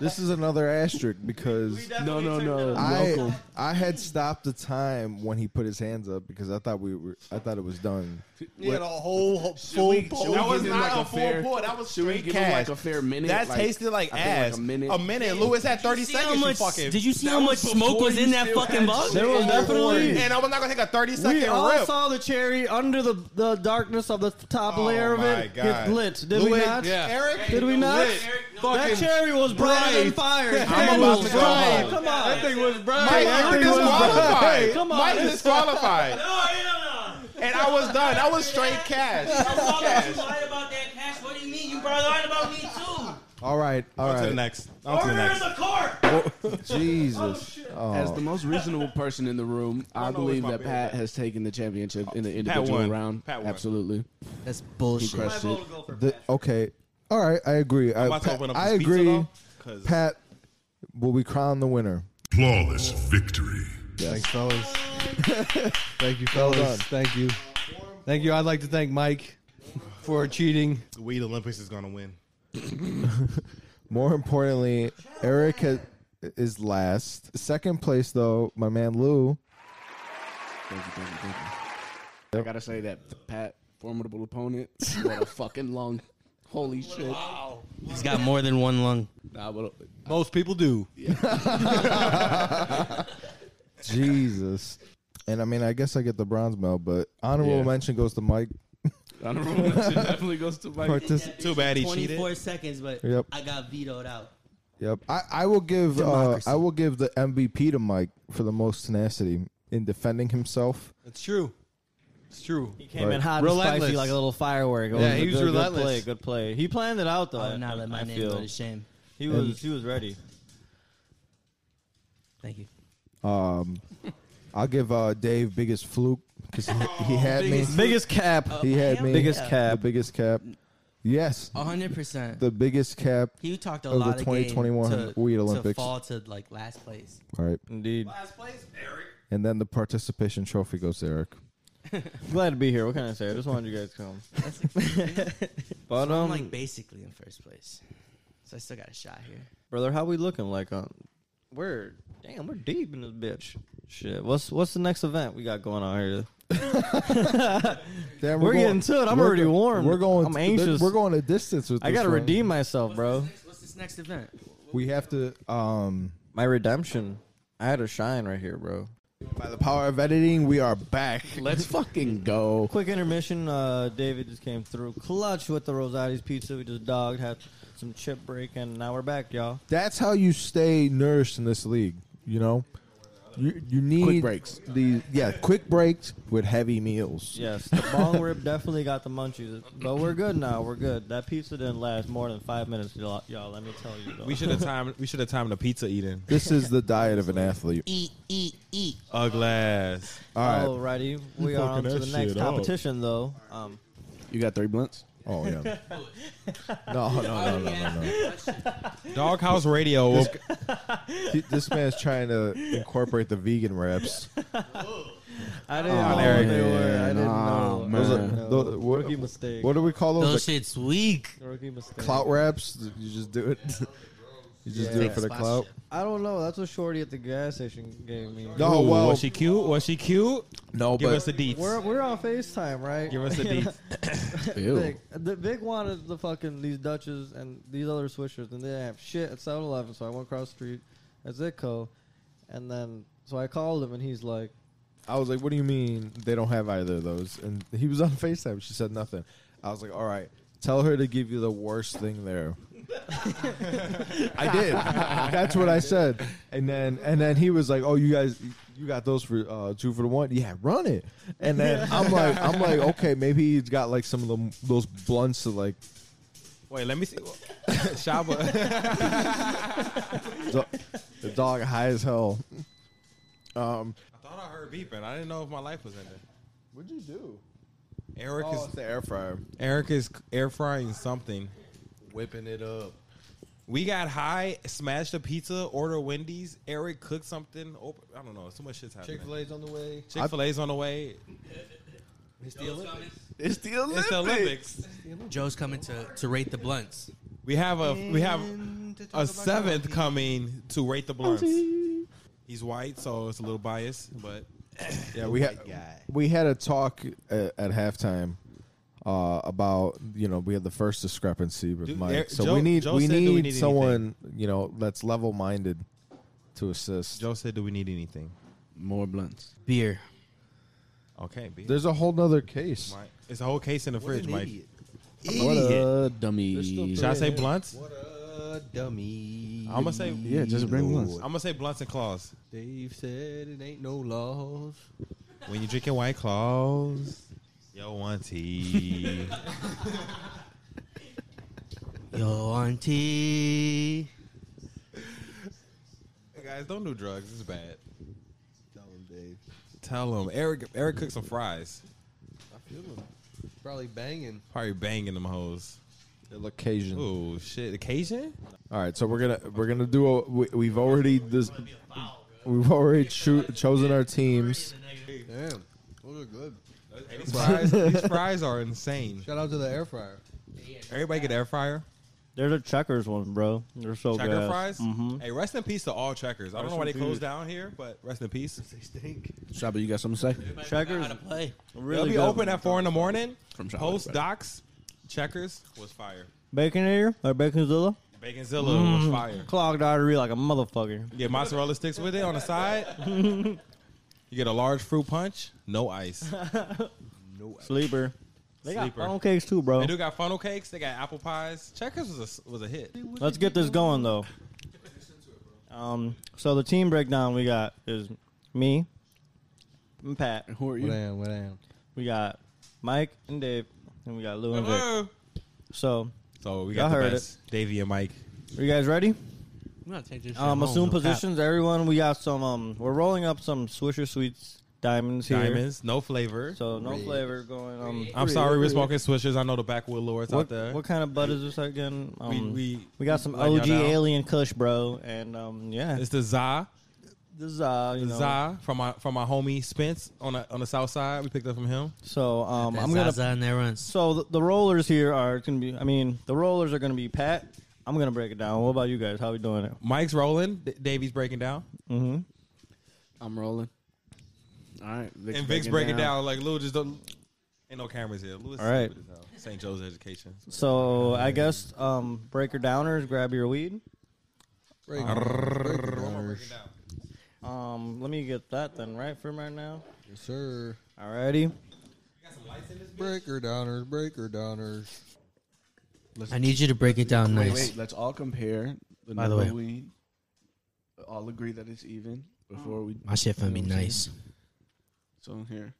this is another asterisk because
No, no, no.
I
Welcome.
I had stopped the time when he put his hands up because I thought we were I thought it was done.
You had a whole
Should
full
we- should
pour.
we
That was
give him
not
like
a
a
full
fair-
pour. That was
should we
straight
give him
cash.
like a fair minute?
That
Like,
tasted like
I think like
ass.
a minute.
A minute. Lewis had thirty
You see
seconds.
how much-
you fucking.
did you see
That
how
was
much smoke
before
was
you
in that
still
fucking
had
box?
There
shit
was
in your
definitely-
body. And I was not gonna take a thirty second
We all
rip.
saw the cherry under the, the darkness of the top
Oh
layer of
my
it
God.
get lit. Did we
Louis-
not?
yeah. Eric
did we not?
lit.
that
Fucking
cherry was bright and fire.
I'm about to go
Bright.
home.
Come on.
That thing was bright.
Mike,
That
you're
thing was
disqualified.
bright. Come on.
Mike is disqualified. And I was done. I was straight cash.
You lied about that cash. What do you mean? You probably lied about me too.
All right, all right.
to the next.
On to the
Order is
next.
a court.
Jesus. Oh,
As the most reasonable person in the room, I believe that Pat has taken the championship in the individual
won.
round.
Pat won.
Absolutely.
That's
He crushed it.
the- okay. All right, I agree. I,
about to
Pat-
open up
I
this pizza,
agree.
though, 'cause-
Pat, will we crown the winner?
Flawless victory.
Yes.
Thanks, fellas. thank you,
Well
fellas.
done.
Thank you. Thank you. I'd like to thank Mike for cheating.
The Weed Olympics is gonna win.
More importantly, Eric has, is last. Second place, though, my man Lou.
Thank you, thank you, thank you. I gotta say that Pat, formidable opponent. What a fucking lung. Holy shit.
He's got more than one lung.
Nah, but,
Most people do.
Jesus. And I mean, I guess I get the bronze medal, but honorable
Yeah.
mention goes to Mike.
honorable mention definitely goes to Mike.
Partic-
Too bad he cheated.
24 seconds, but
Yep.
I got vetoed out.
Yep. I, I will give uh,
Democracy.
I will give the MVP to Mike for the most tenacity in defending himself.
It's true. It's true. He
Came in hot and spicy like a little firework. It
Yeah, he
a
was
good,
relentless.
Good play, good play. He planned it out though.
I would not let my
I
name
feel.
go to shame.
He was he was ready.
Thank you.
Um, I'll give uh, Dave biggest fluke because he, he had me.
Biggest, biggest cap.
He had me.
Biggest
The
cap.
biggest cap. Yes.
100%.
The biggest cap.
He talked a
of
lot
the
of
2021
game to,
Weed
to
Olympics.
fall to like last place.
All right.
Indeed.
And then the participation trophy goes to Eric.
Glad to be here. What can I say? I just wanted you guys to come. But,
so I'm
um,
like basically in first place. So I still got a shot here.
brother, how we looking? Like um, we're damn, we're deep in this bitch. Shit. What's what's the next event we got going on here?
Damn,
We're
going-
getting to it. I'm
we're
already
go-
warm.
We're going.
I'm
to-
anxious.
We're going a distance with.
I
this
gotta
one.
redeem myself, bro.
What's this next event?
We have to. Um,
My redemption. I had a shine right here, bro.
By the power of editing, we are back.
Let's fucking go.
Quick intermission. Uh, David just came through clutch with the Rosati's pizza. We just dogged, had some chip break, and now we're back, y'all.
That's how you stay nourished in this league. You know, you you need
Quick breaks.
These yeah, quick breaks with heavy meals.
Yes, the bong rib definitely got the munchies, but we're good now. We're good. That pizza didn't last more than five minutes, y'all. y'all let me tell you. Though.
We should have timed. We should have timed the pizza eating.
This is the diet of an athlete.
eat, eat, eat.
a glass.
Alrighty, we are on
Fucking
to
that
the next
shit up.
competition, though. Um,
You got three blunts?
Oh yeah. No, no, no, no, no, no.
Doghouse Radio.
This, Th- this man's trying to incorporate the vegan reps.
I didn't know what they were. I didn't know. I
Those are-
didn't know.
tho- what,
Rookie mistake.
What do we call those?
Those
The
shit's weak. Rookie mistake.
Clout reps. You just do it. you just do it for the clout.
I don't know. That's what Shorty at the gas station gave me.
No, well,
was she cute? Was she cute?
No,
give
but-
us the deets.
We're, we're on FaceTime, right?
Give us the
You know?
deets. Ew.
Big, the big wanted the fucking these Dutches and these other swishers, and they didn't have shit at 7-Eleven, so I went across the street at Zitco, and then so I called him, and he's like,
I was like, "What do you mean they don't have either of those?" And he was on Facetime. She said nothing. I was like, "All right, tell her to give you the worst thing there." I did. That's what I said. And then and then he was like, "Oh, you guys, you got those for uh, two for the one? Yeah, run it." And then I'm like, I'm like, okay, maybe he's got like some of them those blunts of like
Wait, let me see. Shaba.
do- the dog high as hell. Um,
I thought I heard beeping. I didn't know if my life was in there.
What'd you do?
Eric
Oh,
is
it's the air fryer.
Eric is air frying something.
Whipping it up.
We got high, smashed a pizza, order Wendy's. Eric cooked something. Open, I don't know. So much shit's happening.
Chick Fil A's on the way.
Chick Fil A's on the way.
It's the Olympics.
It's the
It's the Olympics.
Joe's coming to, to rate the blunts.
We have a we have a seventh coming to rate the blunts. He's white, so it's a little biased, but
Yeah, we had we had a talk at, at halftime uh, about you know we had the first discrepancy with
Dude,
Mike,
there-
so
Joe-
we need
Joe
we
said, do we
need,
need
someone you know that's level minded to assist.
Joe said, "Do we need anything?
More blunts,
beer."
Okay, beer.
There's a whole nother case.
Mike. It's a whole case in the
What
fridge,
an
Mike.
idiot.
What a dummy.
Should I say blunts?
What a dummy.
I'm gonna say
Yeah, just bring blunts.
I'm gonna say blunts and claws.
Dave said it ain't no laws.
When you drinking white claws, yo auntie.
Yo, auntie.
Guys, don't do drugs. It's bad.
Tell him, Dave.
Tell him Eric. Eric cooked some fries.
I feel him. Probably banging.
Probably banging them hoes.
Occasion.
Oh shit, occasion.
All right, so we're gonna we're gonna do a we, we've already this we've already cho- chosen our teams.
Damn. Those are good.
These fries, these fries are insane.
Shout out to the air fryer.
Everybody get air fryer.
"There's a checkers one, bro. They're so
Checker
good."
fries.
Mm-hmm.
Hey, rest in peace to all checkers. I don't
Rest
know why
in
they closed
peace.
down here, but rest in peace. They stink.
Shabba, you got something to say?
Checkers.
play.
They'll
Really
be
good.
open at four in the morning.
From Charlotte,
Post
right.
docs, checkers was fire.
Bacon here or baconzilla?
Baconzilla
Mm.
was fire.
Clogged artery like a motherfucker.
You get mozzarella sticks with it on the side. you get a large fruit punch, no ice. no ice.
Sleeper. They got
Sleeper.
funnel cakes too, bro.
They do got funnel cakes. They got apple pies. Checkers was a was a hit.
Let's get this going though. Um, so the team breakdown we got is me and Pat.
Who are
What I am, what I am.
We got Mike and Dave, and we got Lou and Vic. So,
So we got
y'all
the
heard
best. Davey and Mike.
it. Are you guys ready?
I'm gonna take this shit
Um,
home,
assume
no cap.
positions, everyone. We got some. Um, we're rolling up some Swisher Sweets diamonds here.
Diamonds, no flavor.
So no flavor going. Um,
I'm sorry, we're smoking swishers. I know the backwood lords out
What,
there.
what kind of bud is this again? Um,
We- we-
got some
letting y'all
OG
know.
Alien Kush, bro, and um, yeah,
It's the za.
This is uh, you know.
Za from my from my homie Spence on the, on the south side. We picked up from him.
So um,
That
I'm gonna
Zaza
and their runs.
So the, the rollers here are gonna be. I mean, the rollers are gonna be Pat. I'm gonna break it down. What about you guys? How we doing it?
Mike's rolling. D- Davey's breaking down.
Mm-hmm.
I'm rolling. All right.
and Vic's breaking down. like Lou just don't. Ain't no cameras here. Lou is
All right.
stupid as hell. St. Joe's education.
So I guess um, breaker downers, grab your weed.
Breaker down. Breaker down.
Um, let me get that then, right, from right now?
Yes, sir.
Alrighty.
Breaker downers, breaker downers.
I need you to break it down
wait,
nice.
Wait, let's all compare. The
By the way.
we all agree that it's even before we.
My shit finna be
you know what I'm
nice.
saying? So here,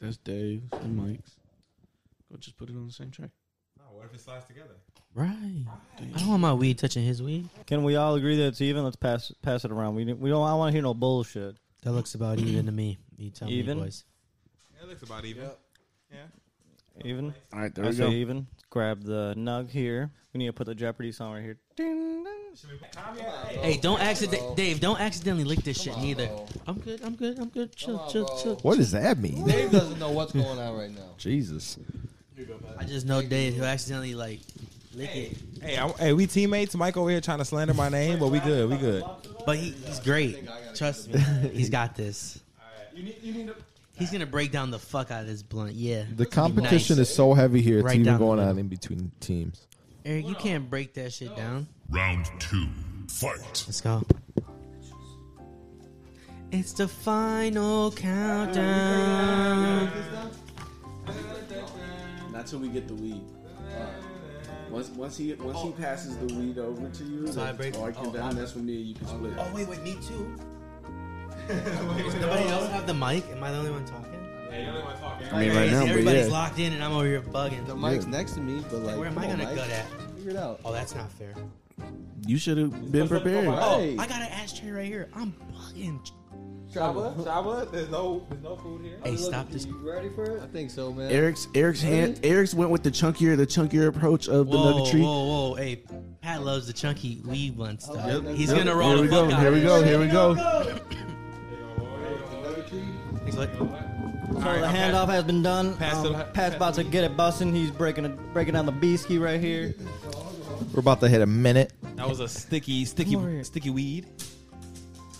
that's Dave's and Mike's. Go just put it on the same tray.
What if it slides together?
Right. I don't want my weed touching his weed.
Can we all agree that it's even? Let's pass pass it around. We don't- we don't. I want to hear no bullshit.
That looks about even to me. You tell
Even?
me, boys.
Yeah, it looks about even. Yeah.
Even.
All right, there
I
we
say
go.
Even. Grab the nug here. We need to put the Jeopardy song right here.
Hey, don't accident, Dave. Don't accidentally lick this shit neither. I'm good. I'm good. I'm good. Chill,
Come on,
chill,
bro.
chill.
What does that mean?
Dave doesn't know what's going on right now.
Jesus.
I just know Dave who accidentally like lick it.
Hey, I, hey, we teammates. Mike over here trying to slander my name, but we good. We good.
But he, he's great. Trust me. He's got this. He's gonna break down the fuck out of this blunt. Yeah.
The competition is so heavy here. It's
Right
even
down the
going on in between teams.
Eric, you can't break that shit down.
Round two. Fight. Let's
go. It's the final countdown.
That's when we get the weed. Once, once he once he passes the weed over to you,
So I break-
or I can
oh,
down, that's when me and you can split.
Oh wait, wait, me too. Does nobody else have the mic? Am I the only one talking?
Hey, you're the one talking.
I mean,
Okay,
right
so
now, but
everybody's
yeah.
locked in, and I'm over here bugging.
The mic's next to me, but like,
Where am I
come on,
gonna
Mike.
gut at?
Figure it out.
Oh, that's not fair.
You should have been prepared.
Oh, I got an ashtray right here. I'm bugging.
Shabba, Shabba, there's no, there's no food here.
Hey, stop this.
You ready for it? I think so, man.
Eric's Eric's hand Eric's went with the chunkier the chunkier approach of the
whoa,
nuggetry.
Whoa, whoa, hey. Pat loves the chunky weed blunt stuff.
Yep,
He's
yep.
gonna roll
Here
the
we
fuck
go,
out
here
of
we
this
go,
shit.
here we go.
He's like,
So
right,
the
I'll pass-
handoff has been done.
pass
Um,
the-
Pat's about to get it busting. He's breaking it, breaking down the beesky right here.
We're about to hit a minute.
That was a sticky, sticky, sticky weed.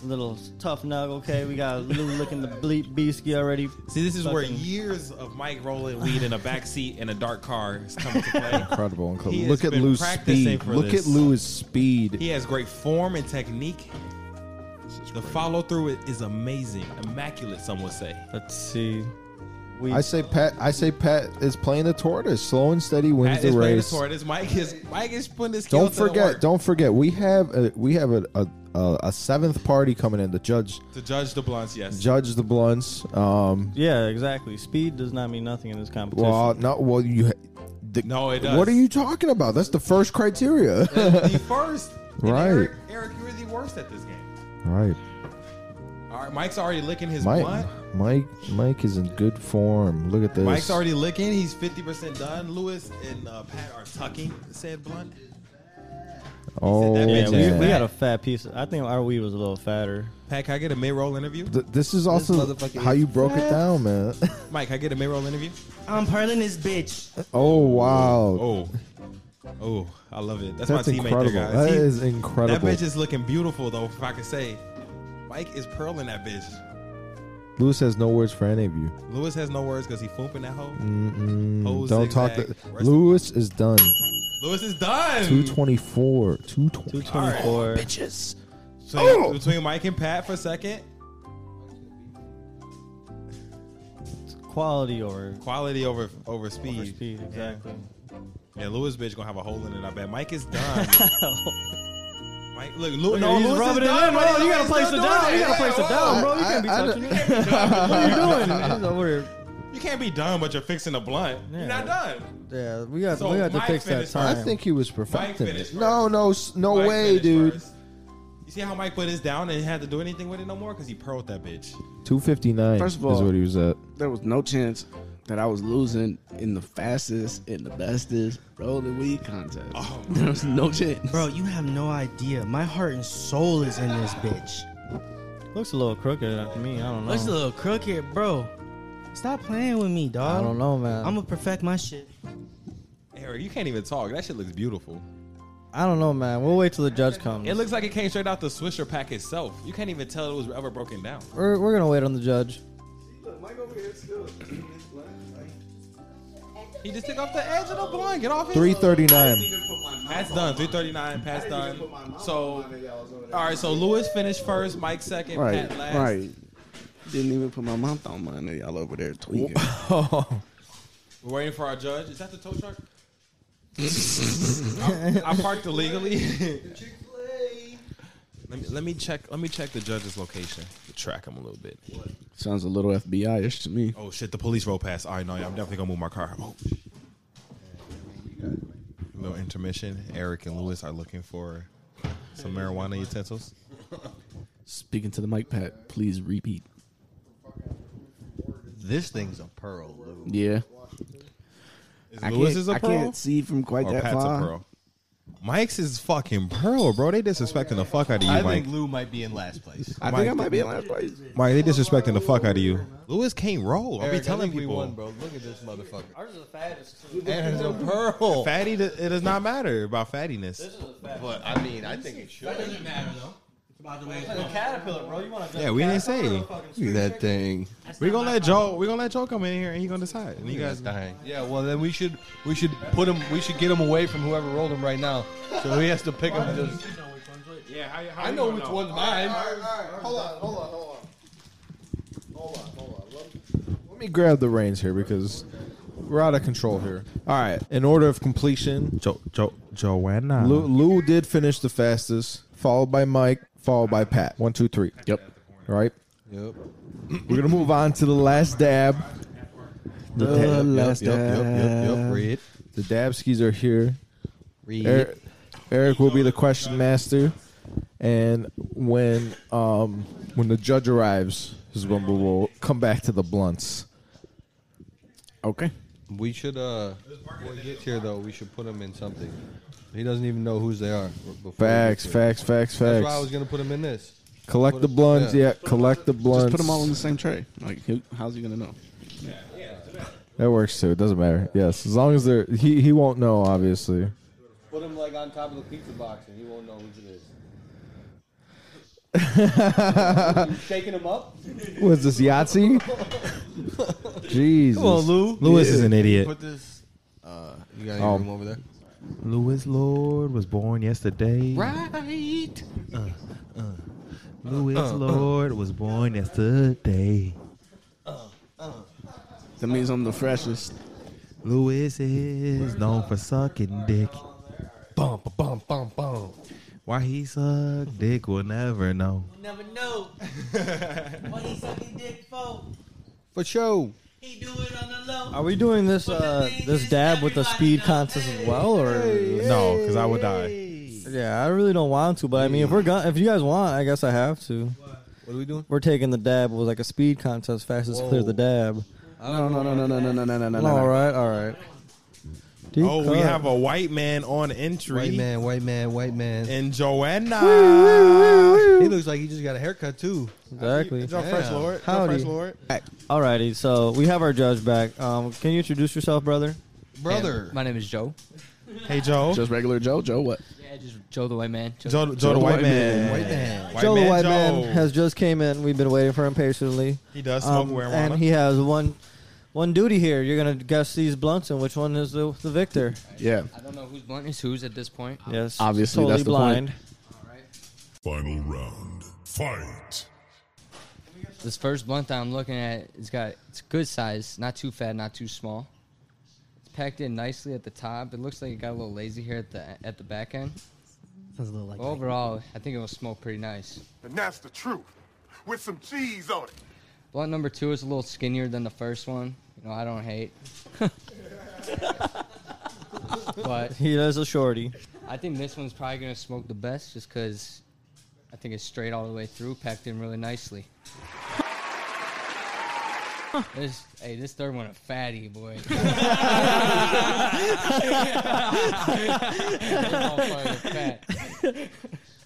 Little tough nug. Okay, we got a little licking the bleep beesky already.
See, this is where
Fucking-
years of Mike rolling weed in a backseat in a dark car is coming to play.
Incredible.
He
incredible.
has
Look at
been
Lou's
practicing
speed.
for
Look
this.
at Lou's speed.
He has great form and technique. The follow through is amazing, immaculate. Some would say.
Let's see.
I say Pat. I say Pat is playing the tortoise. Slow and steady wins
Pat
the
is playing the
race.
tortoise. Mike is Mike is putting his skill
don't
to the
forget.
work
Don't forget. We have a, we have a, a, a, a seventh party coming in. The judge
to judge the blunts. Yes.
judge the blunts. Um,
Yeah, exactly. Speed does not mean nothing in this competition.
well, no. Well, you. ha- The,
no, it does.
What are you talking about? That's the first criteria.
the first. And
Right.
Eric, Eric, you're the worst at this game.
right.
All right, Mike's already licking his
Mike,
blunt.
Mike, Mike is in good form. Look at this.
Mike's already licking. He's fifty percent done. Lewis and uh, Pat are tucking said blunt.
oh,
yeah, we,
man.
we got a fat piece. I think our weed was a little fatter.
Pat, can I get a mid-roll interview?
Th- this is also how you broke it down, man.
Mike, can I get a mid-roll interview?
I'm purling this bitch.
oh wow.
Oh, oh, I love it. That's,
That's
my teammate
incredible.
there, guys.
That
He-
is incredible.
That bitch is looking beautiful, though, if I can say. Mike is pearling that bitch.
Lewis has no words for any of you.
Lewis has no words because he fooping that hoe.
Mm. Mm-mm.
Whole
Don't talk.
zigzag.
That.
Rest- Mm.
Lewis is done.
Lewis is done.
Two twenty four. Two twenty
All right.
Bitches.
Between,
Oh!
between Mike and Pat for a second.
Quality over
Quality over over speed.
speed, exactly.
Yeah, Lewis bitch gonna have a hole in it. I bet Mike is done. Mike, look, Lewis, no,
He's
Lewis
rubbing
is
it
done,
in, bro.
but he's-
You gotta
he's
place
still
it
doing
down. You gotta
Hey,
place it
whoa.
down, bro. You can't be touching it. What are you doing? He's over here.
You can't be done, but you're fixing a blunt. You're not done.
Yeah, we got
So
we got to
Mike
fix that
finished
time.
I think he was
Mike
perfecting
finished
it. No, no, s- no
Mike
way,
finished
dude.
first. You see how Mike put his down and had to do anything with it no more because he pearled that bitch.
Two fifty nine.
First of
is
all-
what he was at.
There was no chance that I was losing in the fastest and the bestest rolling weed contest. there was no chance.
Bro, you have no idea. My heart and soul is in this bitch.
Looks a little crooked to me. I
Oh.
don't know.
Looks a little crooked, bro. Stop playing with me, dog.
I don't know, man.
I'm gonna perfect my shit.
Eric, you can't even talk. That shit looks beautiful.
I don't know, man. We'll wait till the judge comes.
It looks like it came straight out the Swisher pack itself. You can't even tell it was ever broken down.
We're, we're gonna wait on the judge.
He just took off the edge of the blind. Get off his.
339.
Pass done. 339. Pass done. So, all right. So Lewis finished first. Mike second.
Right,
Pat last.
right. Didn't even put my mouth on mine. and Y'all over there tweaking.
We're waiting for our judge. Is that the tow truck? I, I parked illegally. let, me, let me check. Let me check the judge's location. To track him a little bit.
Sounds a little FBI-ish to me.
Oh shit! The police rolled past. I know. I'm definitely gonna move my car. Oh. Little intermission. Eric and Lewis are looking for some marijuana utensils.
Speaking to the mic, Pat. Please repeat.
This thing's a pearl, Lou.
Yeah.
Is
I
Lewis
can't-
is a
I
pearl?
can't see from quite
Or
that
Pat's
far.
A pearl? Mike's is fucking pearl, bro. They disrespecting the fuck out of you,
I
Mike.
think Lou might be in last place.
I think I might be in last place. Mike, they disrespecting the fuck out of you. Lewis can't roll. I'll be
Eric, I
telling
think we won,
people.
bro. Look at this motherfucker.
Ours is the fattest.
And it's a pearl.
Fatty, it does not matter about fattiness.
But I mean, I think it should.
That doesn't matter though. It's about the way it's
Like a
going.
caterpillar, bro. You want to?
Yeah, we didn't say.
Look
at that thing. We gonna let Joe. Oh, We gonna let Joe come in here and he gonna decide. And you guys dying.
Yeah, well then we should we should put him we should get him away from whoever rolled him right now. So he has to pick him. Just,
Yeah, how,
I know which one's mine.
Hold on, hold on, hold on. Hold on, hold on. Let me grab the reins here because we're out of control here. All right, in order of completion,
jo- jo- Joanna.
Lou, Lou did finish the fastest, followed by Mike, followed by Pat. One, two, three.
Yep.
All right.
Yep.
We're gonna move on to the last dab.
The
Oh, dab-
last dab.
The Dabskis are here.
Read.
Eric, Eric will be the question master, and when um when the judge arrives, is when we will come back to the blunts.
Okay.
We should uh when he gets here though, we should put him in something. He doesn't even know whose they are. before he gets
Facts,
here.
facts, facts,
That's
facts.
why I was gonna put him in this.
Collect the blunts, yeah. Collect the blunts.
Just put them all in the same tray. Like, who, how's he gonna know?
That works too. It doesn't matter. Yes, as long as they're he he won't know obviously.
Put him like on top of the pizza box and he won't know whose it is.
Shaking him up.
What's this Yahtzee? Jesus,
Come on, Lou.
Lewis is an idiot.
Put this uh you got any
Oh.
room over there?
Lewis Lord was born yesterday.
Right.
Uh, uh. Lewis
Uh, uh.
Lord was born yesterday.
Uh,
That means I'm the freshest.
Lewis is known for sucking dick.
Bum ba, bum bum bum.
Why he suck dick, we'll never know.
Never know. what he sucking dick for?
For sure.
He do it on the low.
Are we doing this uh this dab with the speed contest as well, or
No, because I would die.
Yeah, I really don't want to, but I mean, if we're going if you guys want, I guess I have to.
What are we doing?
We're taking the dab with like a speed contest, fastest clear the dab.
No, no, no, no, no, no, no, no, no, no.
all right, all right. Deep
Oh, we
cut.
have a white man on entry.
White man, white man, white man.
And Joanna.
He looks like he just got a haircut too.
Exactly.
Joe Fresh Lord. Joe
Howdy.
Fresh Lord.
Alrighty, so we have our judge back. Um, can you introduce yourself, brother?
Brother.
My name is Joe.
Hey, Joe.
Just regular Joe. Joe, what?
Yeah, just Joe the White Man.
Joe, Joe, the white, man.
White man.
Joe the White Man has just came in. We've been waiting for him patiently.
He does smoke marijuana.
Um, and he has one one duty here. You're gonna guess these blunts and which one is the, the victor.
Yeah.
I don't know who's blunt is whose at this point.
Yes,
Obviously,
totally
that's the
blind.
point.
Final round. Fight.
This first blunt that I'm looking at, it's got it's good size, not too fat, not too small. It's packed in nicely at the top. It looks like it got a little lazy here at the at the back end.
Sounds a little like
Overall, I think it will smoke pretty nice.
And that's the truth. With some cheese on it.
Blunt number two is a little skinnier than the first one. You know, I don't hate. but
He does a shorty.
I think this one's probably gonna smoke the best, just because I think it's straight all the way through, packed in really nicely. This, hey, this third one a fatty boy.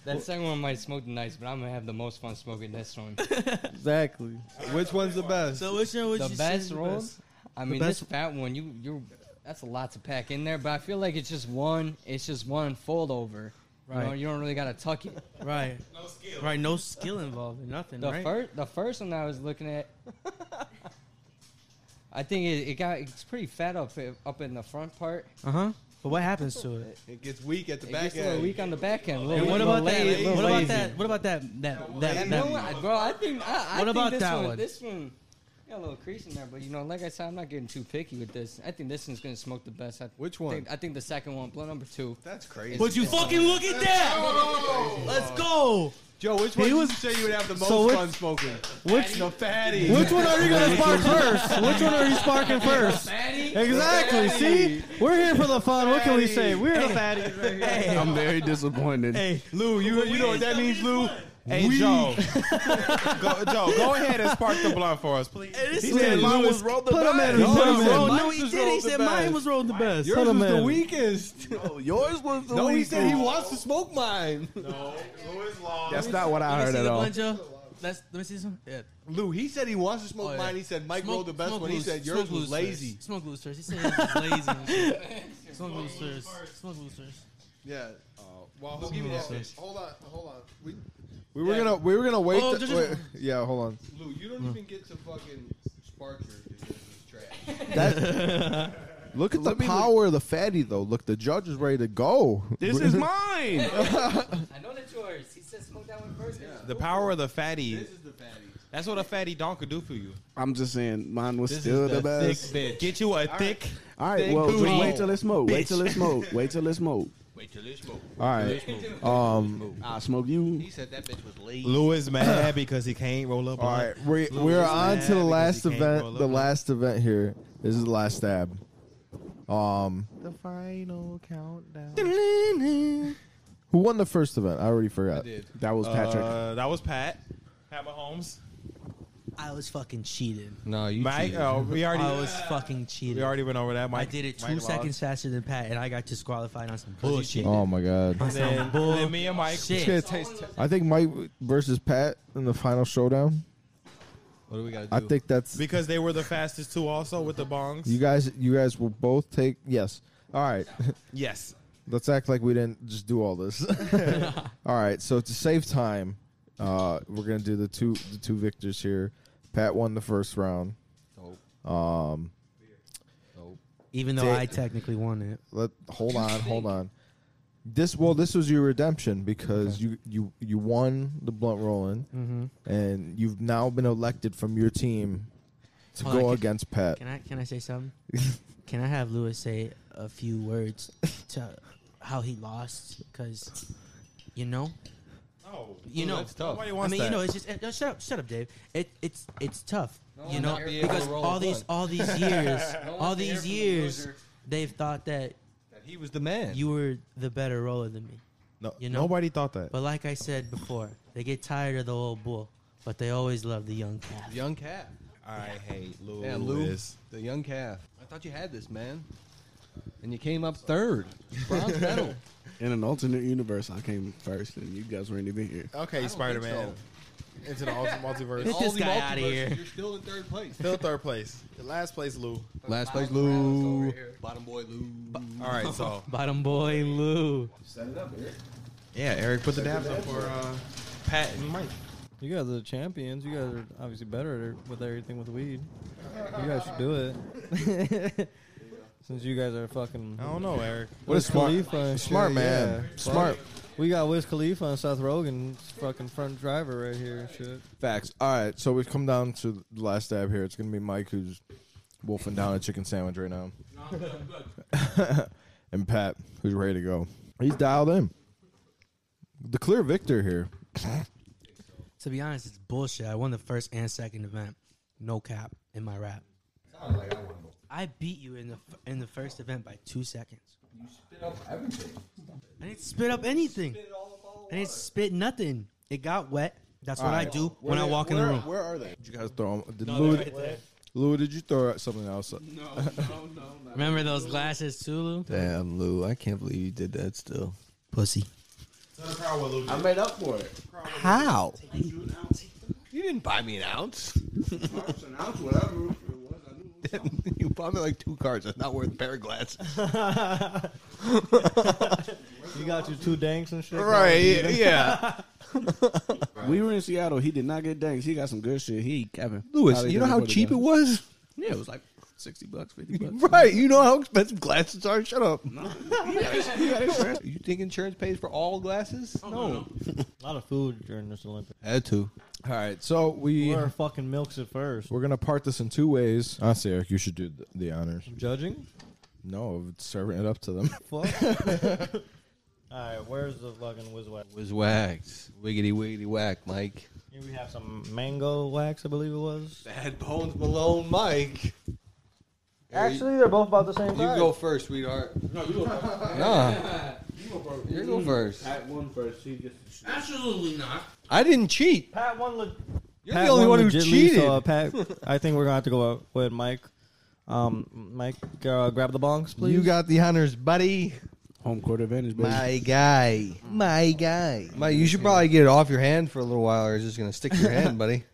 That second one might smoke the nice, but I'm gonna have the most fun smoking this one.
Exactly.
Which one's the best?
So which one would
the
you say is
best
the
rolled?
best?
I
The
mean,
best-
this fat one, you you, that's a lot to pack in there. But I feel like it's just one, it's just one fold over. You, know,
Right.
you don't really gotta tuck it.
Right. No skill. Right. No skill involved. Nothing.
The
right.
first, the first one I was looking at,
I think it, it got it's pretty fat up up in the front part.
Uh huh. But what happens to it?
It gets weak at the
It
back
gets a
end.
little weak on the back end.
And
Little-
what
little
about
lazy.
that? What about that? What about that? That that.
And you know
that
what, bro, I think I, I
What
think
about
this
that
one,
one?
This one got a little crease in there, but you know, like I said, I'm not getting too picky with this. I think this one's gonna smoke the best. I Which
one?
Think, I think the second one, blood number two. That's crazy.
Would you fucking look at that? Let's go.
Joe, which
one
He
did
was say you would have the most
So which-
fun smoking.
Which
the fatty?
Which one are you gonna spark first? Which one are you sparking first? Exactly. See, we're here for the fun. What can we say? We're the fatties right here.
I'm very disappointed.
Hey, Lou, you you know what that means, Lou? Hey, Joe. go, Joe, go ahead and spark the blunt for us, please.
this
He
man
said mine
Lou
was
is-
rolled the
put him
best.
in, put him in.
rolled-
No, he
was
did. He
rolled the
said mine
best.
was rolled the best.
Yours
Put him
was the
in.
weakest. yours was
No, he said he wants to smoke mine.
No, Lou is long.
That's not what I
Let me
heard
see
at
the
all.
blunt, Joe. Let's let me see this one. Yeah.
Lou, he said he wants to smoke
Oh, yeah.
mine. He said Mike
Smoke-
rolled the best
smoke
one. He
Lou's-
said
smoke
yours was
Lou's first.
lazy.
Smoke Lou's first. He said yours was lazy. and shit. Smoke Lou's first. Smoke Lou's first.
Yeah. Uh, well,
Smoke Lou's first.
Hold on, hold on. We,
We were gonna we were gonna wait.
Oh,
to-
just-
wait- yeah, hold on.
Lou, you don't even get to fucking spark your because it's trash.
That, look at the
Let me look-
power of the fatty though. Look, the judge is ready to go.
This is mine.
I know that's yours. He said smoke that one first.
The power of the fatty.
This is the fatty.
That's what a fatty don could do for you.
I'm just saying, mine was
This
still
is
the,
the,
best.
thick bitch. Get you a thick.
All right,
thick
well, just
booty.
wait till it smoke. Wait
Bitch.
till it smoke. Wait till it smoke.
Wait till it's
All right, um, I smoke you.
He said that bitch was lazy.
Lou is mad because he can't roll up.
All right, we, we're on to the last event. The last event here. This is the last stab. Um,
The final countdown.
who won the first event? I already forgot.
did.
That was Patrick.
Uh, that was Pat. Pat Mahomes.
I was fucking cheated.
No, you
Mike, oh, we already.
I was fucking cheated.
We already went over that. Mike,
I did it two
Mike lost.
seconds faster than Pat, and I got disqualified on some bullshit.
Oh my god.
On some
Then-
bull-
then me and Mike-
Shit.
It's gonna taste-
I think Mike versus Pat in the final showdown.
What do we got
I think that's
because they were the fastest two, also with the bongs.
you guys. You guys will both take yes. All right.
Yes.
Let's act like we didn't just do all this. all right. So to save time, uh, we're gonna do the two the two victors here. Pat won the first round. Um,
Even though
Dick.
I technically won it.
let hold on, hold on. This well, this was your redemption because you you you won the blunt rolling,
Mhm.
Mm-hmm.
and you've now been elected from your team to
Hold on,
go
can-
against Pat.
Can I can I say something? can I have Lewis say a few words to how he lost? Because you know,
No,
you know,
that's tough. Nobody
I
wants
mean, you
that.
know, it's just uh, no, shut up, shut up, Dave. It it's it's tough.
No
you
one's
know,
not be able to
because
roll
all
a
these
blunt.
all these years,
No
all
one's there
these
for the
years,
loser.
they've thought that
that he was the man.
You were the better roller than me.
No,
you know?
nobody thought that.
But like I said before, they get tired of the old bull, but they always love the young calf.
Young calf.
All right, hey, Lou.
Damn, Lou,
is-
the young calf. I thought you had this, man. And you came up third. Bronze medal.
In an alternate universe, I came first, and you guys weren't even here.
Okay, Spider Man. Into the ulti- multiverse.
Get this guy outta
multiverses,
here.
You're still in third place.
Still third place. The last place, Lou.
Last place, Lou. Bottom boy, Lou.
All right, so
bottom boy Lou.
Set it up, Eric.
yeah, Eric, put the dabs up for uh, Pat and Mike.
You guys are the champions. You guys are obviously better at- with everything with weed. You guys should do it. Since you guys are fucking.
I don't know, Eric.
What a smart-
and
smart
shit,
man. Smart.
We got Wiz Khalifa and Seth Rogen, fucking front driver right here. and Shit.
Facts. All right, so we've come down to the last stab here. It's gonna be Mike who's wolfing down a chicken sandwich right now, and Pat who's ready to go. He's dialed in. The clear victor here.
To be honest, it's bullshit. I won the first and second event, no cap in my rap. I beat you in the f- in the first event by two seconds. I didn't spit up anything. I didn't spit nothing. It got wet. That's what I
Alright.
do
Where
when I
they-
walk in the
where-
room.
Where are they? Did you guys throw them? Did
No,
Lou,
they're right there.
Lou, did you throw out something else?
No, no, no. Remember those glasses, Tulu?
Damn, Lou. I can't believe you did that still.
Pussy.
I made up for it.
How?
You didn't buy me an ounce. an ounce, whatever it was. I knew you bought me like two cards. That's not worth a pair of glasses.
You got your two danks and shit.
Right, yeah. we were in Seattle. He did not get danks. He got some good shit. He Kevin
Lewis,
Probably
you know
didn't
how
put
cheap
down.
it was?
Yeah, it was like 60 bucks, 50 bucks.
Right, you know how expensive glasses are. Shut up.
you think insurance pays for all glasses?
no. A lot of food during this Olympics.
Had to.
All right, so we
Where are fucking milks at first?
we're gonna part this in two ways. Honestly, Eric, you should do the, the honors.
Judging?
No, it's serving it up to them.
Fuck. All right, where's the fucking whizwag?
Whiz wags. Wiggity wiggity whack, Mike.
Here we have some mango wax, I believe it was.
Bad Bones Malone, Mike.
Actually, they're both about the same
You
price.
go first, sweetheart.
No, you go first.
Nah. You go first.
Pat won first. She just.
Absolutely not.
I didn't cheat.
Pat won. Le-
You're the only one who
legitimately
cheated.
saw uh, Pat, I think we're gonna have to go out with Mike. Um, Mike, uh, grab the bongs, please.
You got the honors, buddy.
Home court advantage, baby.
My guy. My guy. Mike, you should probably get it off your hand for a little while or it's just going to stick to your hand, buddy.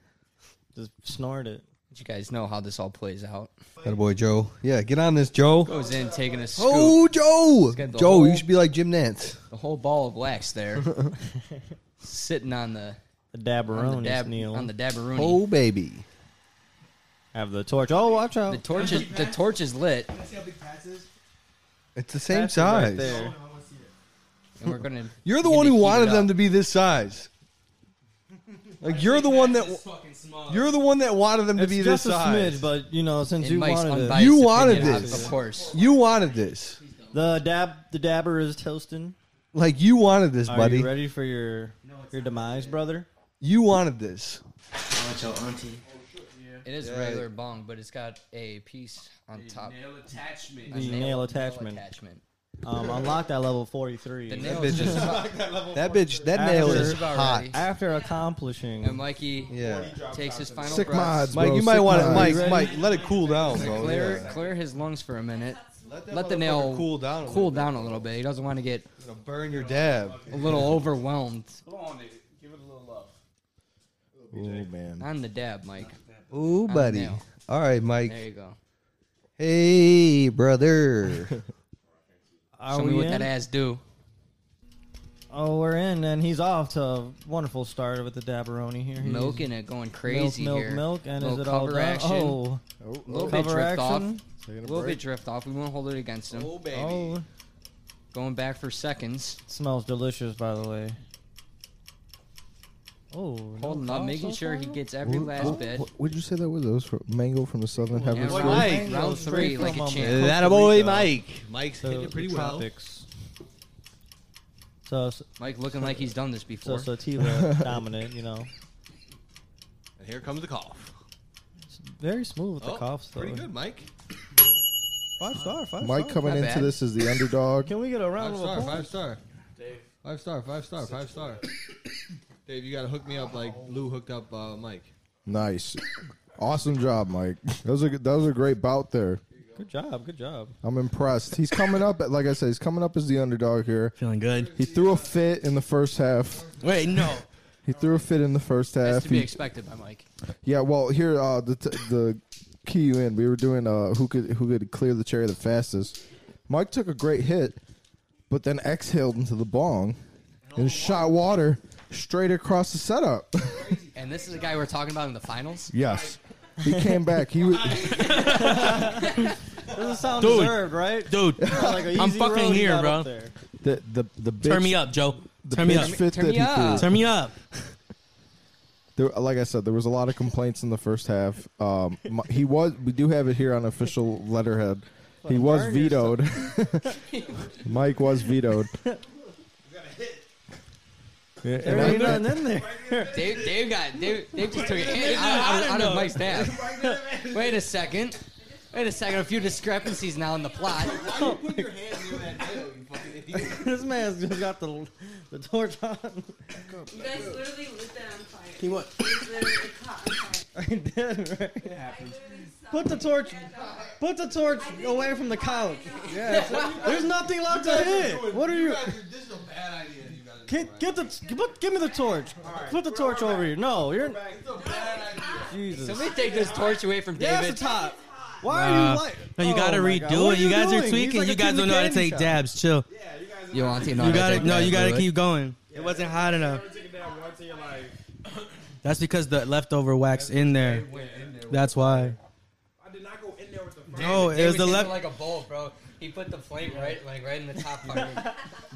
Just snort it.
You guys know how this all plays out.
That boy, Joe. Yeah, get on this, Joe.
Goes in taking a scoop.
Oh, Joe.
He's got the
Joe,
whole-
you should be like Jim Nance.
The whole ball of wax there, sitting on the
The dabberoni,
on the, dab,
Neil.
on the dabberoni.
Oh, baby.
have the torch. Oh, watch out!
The torch is the torch is lit,
See how big Pat's is?
It's the same
That's it right
size.
there.
and we're gonna.
You're the
gonna
one who
heat it
wanted them
up.
to be this size. Like you're the one that
fucking small.
you're the one that wanted them to
It's
be
just
this
a
size.
smidge, but you know, since
In
you
Mike's
wanted it,
unbiased
You wanted
opinion,
this.
of course.
You wanted this.
the dab, the dabber is toasting.
Like you wanted this,
Are
buddy.
you ready for your your demise, brother?
You wanted this.
Watch your auntie.
It is
Yeah.
regular bong, but it's got a piece on top.
Nail attachment.
a
The nail attachment.
attachment.
Um, unlock that level forty three.
The nail
bitch is-
attachment.
That bitch. That nail
After-
is
Just about
hot.
ready.
After accomplishing,
And Mikey
Yeah.
takes his final
Sick
breaths.
mods,
Mike,
bro,
you might
sick
want to.
mods.
Mike,
ready?
Mike, let it cool down, bro.
Clear,
Yeah.
clear his lungs for a minute.
that
Let the
motherfucker
nail
cool down a
cool
little bit.
down a little bit. He doesn't want to get
Gonna burn your dab.
a little overwhelmed
Hold on, nigga. Give it a little love.
Oh man,
on the dab, Mike.
Ooh,
the
buddy.
nail.
All right, Mike.
There you go.
Hey, brother.
are
Show me
we
what
in?
that ass do.
E Oh, we're in, and he's off to a wonderful start with the dabberoni here. He's
Milking it, going crazy
milk,
here.
milk, milk, and
Little
is it all
cover
done?
action.
Oh,
A little bit
cover
drift off.
action.
A little bit drift off. We won't hold it against him.
oh, baby.
oh,
Going back for seconds.
smells delicious, by the way. Oh, no
Holding up,
call
making
so
sure he
far?
gets every last bit.
would you say that was? Those from mango from the southern
Yeah,
hemisphere.
round-
Mike,
round
straight
three,
from
like a
Mama.
champ.
that a boy, Mike. Mike's
So,
hitting it pretty
the
well.
tropics. So, so,
Mike looking like he's done this
so
before.
sativa dominant, you know.
And here comes the cough.
It's very smooth with the
Oh,
coughs, though.
pretty good, Mike.
Five star, five
Mike
star.
coming
Not
into
bad.
this as the underdog.
Oh, Can we get a
Five
round of
star,
applause?
five star. Five star, five star, five star. Dave, you gotta hook me up like Lou hooked up uh, Mike.
Nice, awesome job, Mike. That was a good- that was a great bout there.
Good job, good job.
I'm impressed. He's coming up, like I said, he's coming up as the underdog here.
Feeling good.
He threw a fit in the first half.
Wait, no.
He threw a fit in the first half.
That's to be
He-
expected by Mike.
yeah, well, here uh, the t- the key you in. We were doing uh, who could who could clear the cherry the fastest. Mike took a great hit, but then exhaled into the bong and shot water straight across the setup.
And this is the guy we're talking about in the finals.
yes, he came back. He was,
This is sound
Dude.
deserved, right?
Dude,
Like a
I'm
easy
fucking
road he
here,
got
bro.
up there.
the the the bitch,
Turn me up, Joe.
The
Turn me
bitch
up.
fit
Turn
that
me
he
up.
threw.
Turn me up.
There, like I said, there was a lot of complaints in the first half. Um, m- he was. We do have it here on official letterhead. He was
burn
vetoed. Mike was vetoed. Yeah, and
There ain't
I-
nothing in there.
Dave, Dave got Dave, Dave just took it out, out, out of Mike's dad. Wait a second. Wait a second. A few discrepancies now in the plot.
this man's just got the the torch on.
You guys literally lit that on fire.
He what?
It's literally caught on fire.
I did, right?
I literally saw
Put the
it
torch.
get out.
Put the torch away from the couch.
Yeah.
There's nothing left to hit. What are you?
This is a bad idea. You guys
Get, get the. Put, give me the torch. Put the torch over here. No, you're. Jesus.
Somebody take this torch away from
Yeah, it's
David.
the top. Why are
Uh,
you like?
no, you
Oh
gotta
my God.
redo
What
it. You guys
doing?
are
He's
tweaking.
like
you
a
guys
kid in
don't know how to
candy
take
shop.
dabs. Chill.
You want to know
You
how to
gotta
take
no.
that,
You gotta
David?
keep going. It wasn't hot enough. That's because the leftover wax in there. That's why.
I did not go in there with the
No, oh, it was the
hit
left-
it Like a bowl, bro. He put the plate right, like right in the top part.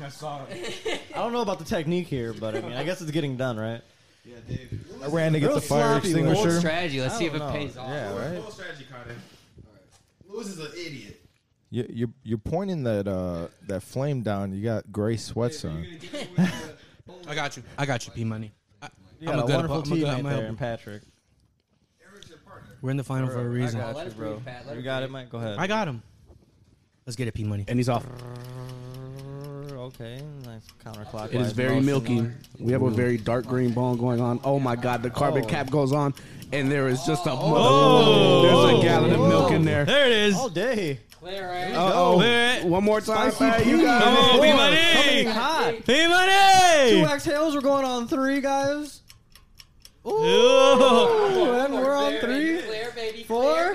I saw it.
I don't know about the technique here, but I mean, I guess it's getting done, right?
Yeah, Dave.
I ran to get the fire extinguisher.
Bold strategy. Let's
I
see if it
don't know.
pays off.
Yeah, right.
Full strategy, Connor. Lewis is an idiot.
You, you're you're pointing that uh that flame down. You got gray sweats on.
I got you. I got you, P Money. I,
You got a wonderful
I'm a good-
teammate
I'm a-
there, in Patrick.
We're in the final for a reason.
I got you, bro. You got it, Mike. Go ahead.
I got him. Let's get it, P Money. And he's off.
Okay, nice counterclockwise.
It is very
motion.
milky. We have a very dark green bone going on. Oh my God, the carbon
Oh.
cap goes on, and there is just a mother.
Oh.
There's a gallon of milk in there.
There it is.
All day.
Uh-oh. One more time. Fat, you got
Come
it.
on, Coming in hot. Two exhales. We're going on three, guys. Ooh, and we're on three, Uh, four.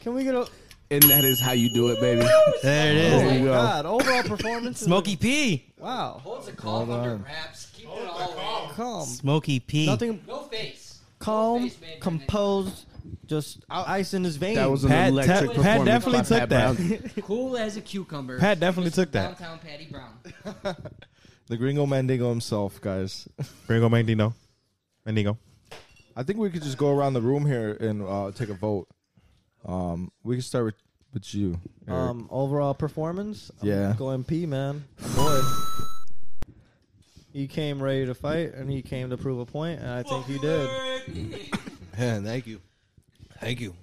Can we get a?
And that is how you do it, baby.
There it
Oh
is.
my God! Overall performance. is-
Smoky P.
Wow.
Holds a
Hold
under
on.
wraps. Keep it all in.
Calm.
Smoky P.
Nothing.
No face.
Calm, composed, just ice in his veins.
That was an Pat- electric Pat- Pat performance definitely by took Pat that. Brown.
Cool as a cucumber.
Pat definitely
Mr.
took that.
Downtown Patty Brown.
The Gringo Mandingo himself, guys.
Gringo Mandingo. Mandingo.
I think we could just go around the room here and uh, take a vote. Um, we can start with, with you. Eric.
Um, overall performance. I'm
Yeah.
going P, man. Boy. He came ready to fight, and he came to prove a point, and I think he did.
thank you. Thank you.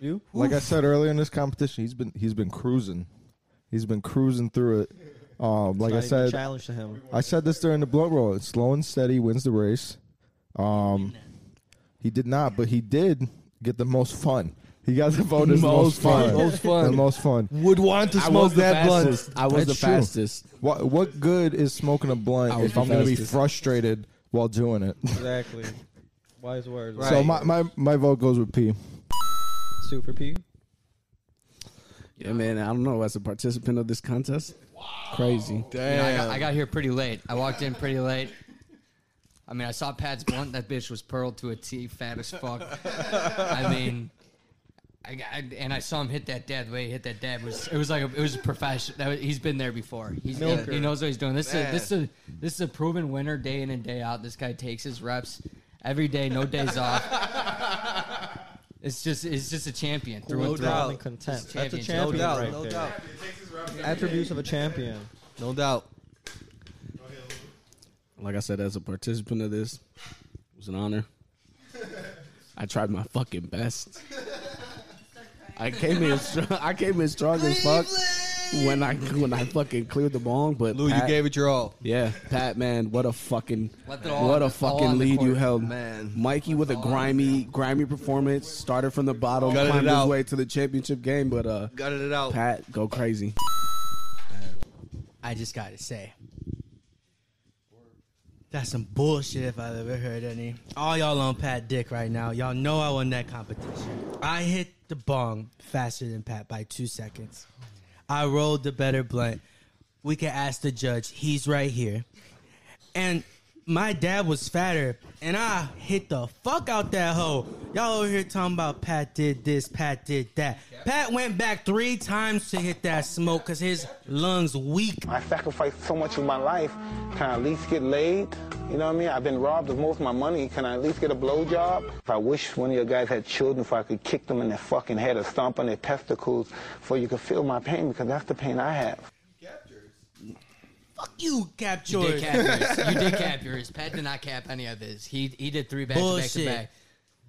You?
like I said earlier in this competition, he's been he's been cruising, he's been cruising through it. Um, like
not even
I
a
said,
challenge to him.
I said this during the blow roll. It's slow and steady wins the race. Um, he did not, but he did get the most fun. He got the vote as
Most
most, fun.
fun. Most fun.
The most fun.
Would want to
I
smoke
was the
that blunt.
fastest.
I was
That's
the
true.
fastest.
What what good is smoking a
I
blunt
was
if
the
I'm going to be
fastest.
frustrated while doing it?
Exactly. Wise words.
So my, my my vote goes with P.
Super P.
Yeah, man. I don't know. As a participant of this contest, crazy.
You know, I, got, I got here pretty late. I walked in pretty late. I mean, I saw Pat's blunt. That bitch was pearled to a T, fat as fuck. I mean, I, got- I- and I saw him hit that dad. The way he hit that dad was it was like a, it was a profession. That was, he's been there before. He's he,
Milker.
he knows what he's doing. This is a, this
Man.
is a, this is a proven winner day in and day out. This guy takes his reps every day, no days off. It's just it's just a champion through
No
and through.
doubt. Content.
Just
That's a
champion.
champion
No
right there.
doubt, no doubt.
Attributes of a champion.
No doubt.
Like I said, as a participant of this, it was an honor. I tried my fucking best. I came in strong. I came in strong as fuck when I when I fucking cleared the bong. But
Lou, you gave it your all.
Yeah, Pat, man, what a fucking
Left it all on
what
the-
a
all on the
fucking lead you
court.
held,
Man.
Mikey with a grimy grimy performance. Started from the bottom,
Gutted it
climbed his
out.
way to the championship game. But uh,
Gutted it out.
Pat, go crazy.
I just got to say. That's some bullshit if I ever heard any. All y'all on Pat Dick right now. Y'all know I won that competition. I hit the bong faster than Pat by two seconds. I rolled the better blunt. We can ask the judge. He's right here. And my dad was fatter, and I hit the fuck out that hoe. Y'all over here talking about Pat did this, Pat did that. Pat went back three times to hit that smoke because his lungs weak.
I sacrificed so much of my life. Can I at least get laid? You know what I mean? I've been robbed of most of my money. Can I at least get a blowjob? If I wish one of your guys had children, if I could kick them in their fucking head or stomp on their testicles, so you could feel my pain, because that's the pain I have.
Fuck you, Cap
You
George.
did cap yours. You did cap yours. Pat did not cap any of his. He he did three back to
Bullshit.
back to back.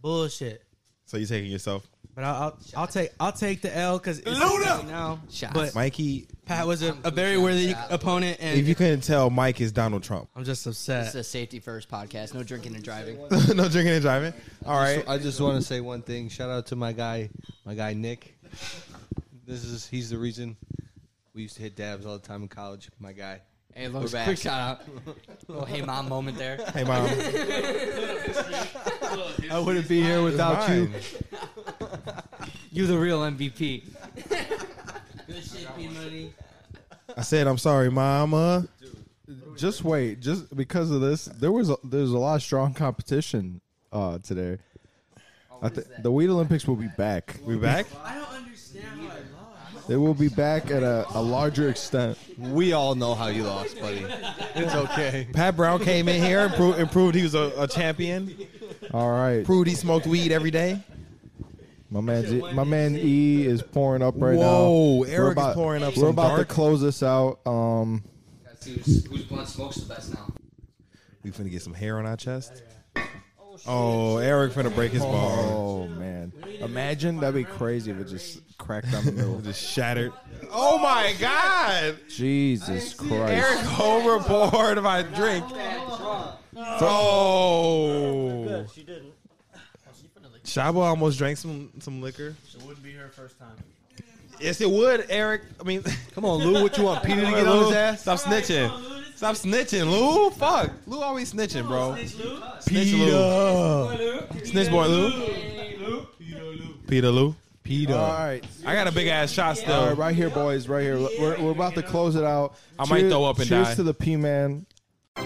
Bullshit.
So you taking yourself?
But I'll, I'll, I'll take I'll take the L because Luna now.
Shots.
But
Mikey.
Pat was a, a very worthy opponent, and
If you couldn't tell, Mike is Donald Trump.
I'm just upset.
This is a safety first podcast. No drinking and driving.
no drinking and driving. All
I
right.
just- I just want to say one thing. Shout out to my guy, my guy Nick. This is he's the reason we used to hit dabs all the time in college. My guy.
Hey, look
We're
back.
quick-
Shout out. Little hey mom moment there.
Hey, Mom. I wouldn't be here without you.
You the real MVP. Good shit, P Money.
I said I'm sorry, Mama.
Just wait, just because of this, there was a, there's a lot of strong competition uh, today. I thi- the Weed Olympics will be back.
We back?
I don't understand
They will be back at a, a larger extent.
We all know how you lost, buddy. It's okay.
uh, Pat Brown came in here and proved, and proved he was a, a champion.
All right.
Proved he smoked weed every day.
My man, G- my man E is pouring up right now.
Whoa,
We're
Eric is
about-
pouring up
We're
some
about
dark.
to close this out. Um,
See who's, who's blunt smokes the best now.
We finna get some hair on our chest. Oh, Eric finna break his ball.
Oh man, imagine that'd be crazy if it just cracked down the middle,
just shattered. Oh my God!
Jesus Christ!
Eric overboard my drink. Oh.
She didn't.
Shabo almost drank some some liquor.
It wouldn't be her first time.
Yes, it would, Eric. I mean, come on, Lou. What you want, Peter to get on his ass? Stop snitching. Stop snitching, Lou. Fuck, Lou always snitching, bro. Snitch Lou. Snitch boy, Lou. Peter Lou. Peter.
All right.
I got a big ass shot still.
All right, right here, boys, right here. We're, we're about to close it out.
I might
Cheer-
throw up and
cheers
die.
to the P man for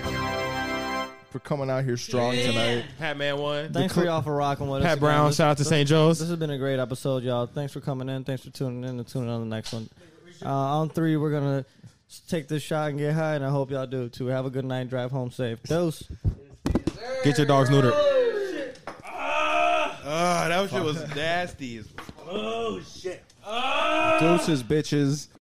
coming out here strong tonight.
Pat Man one.
Thanks for y'all for rocking with us.
Pat
again.
Brown,
This-
shout out to
this-
St. Joe's.
This has been a great episode, y'all. Thanks for coming in. Thanks for tuning in and tuning on the next one. Uh, on three, we're gonna s- take this shot and get high, and I hope y'all do too. Have a good night. Drive home safe. Dose.
Get your dogs neutered. Ah, that shit was nasty. as
Oh shit.
Deuces, bitches.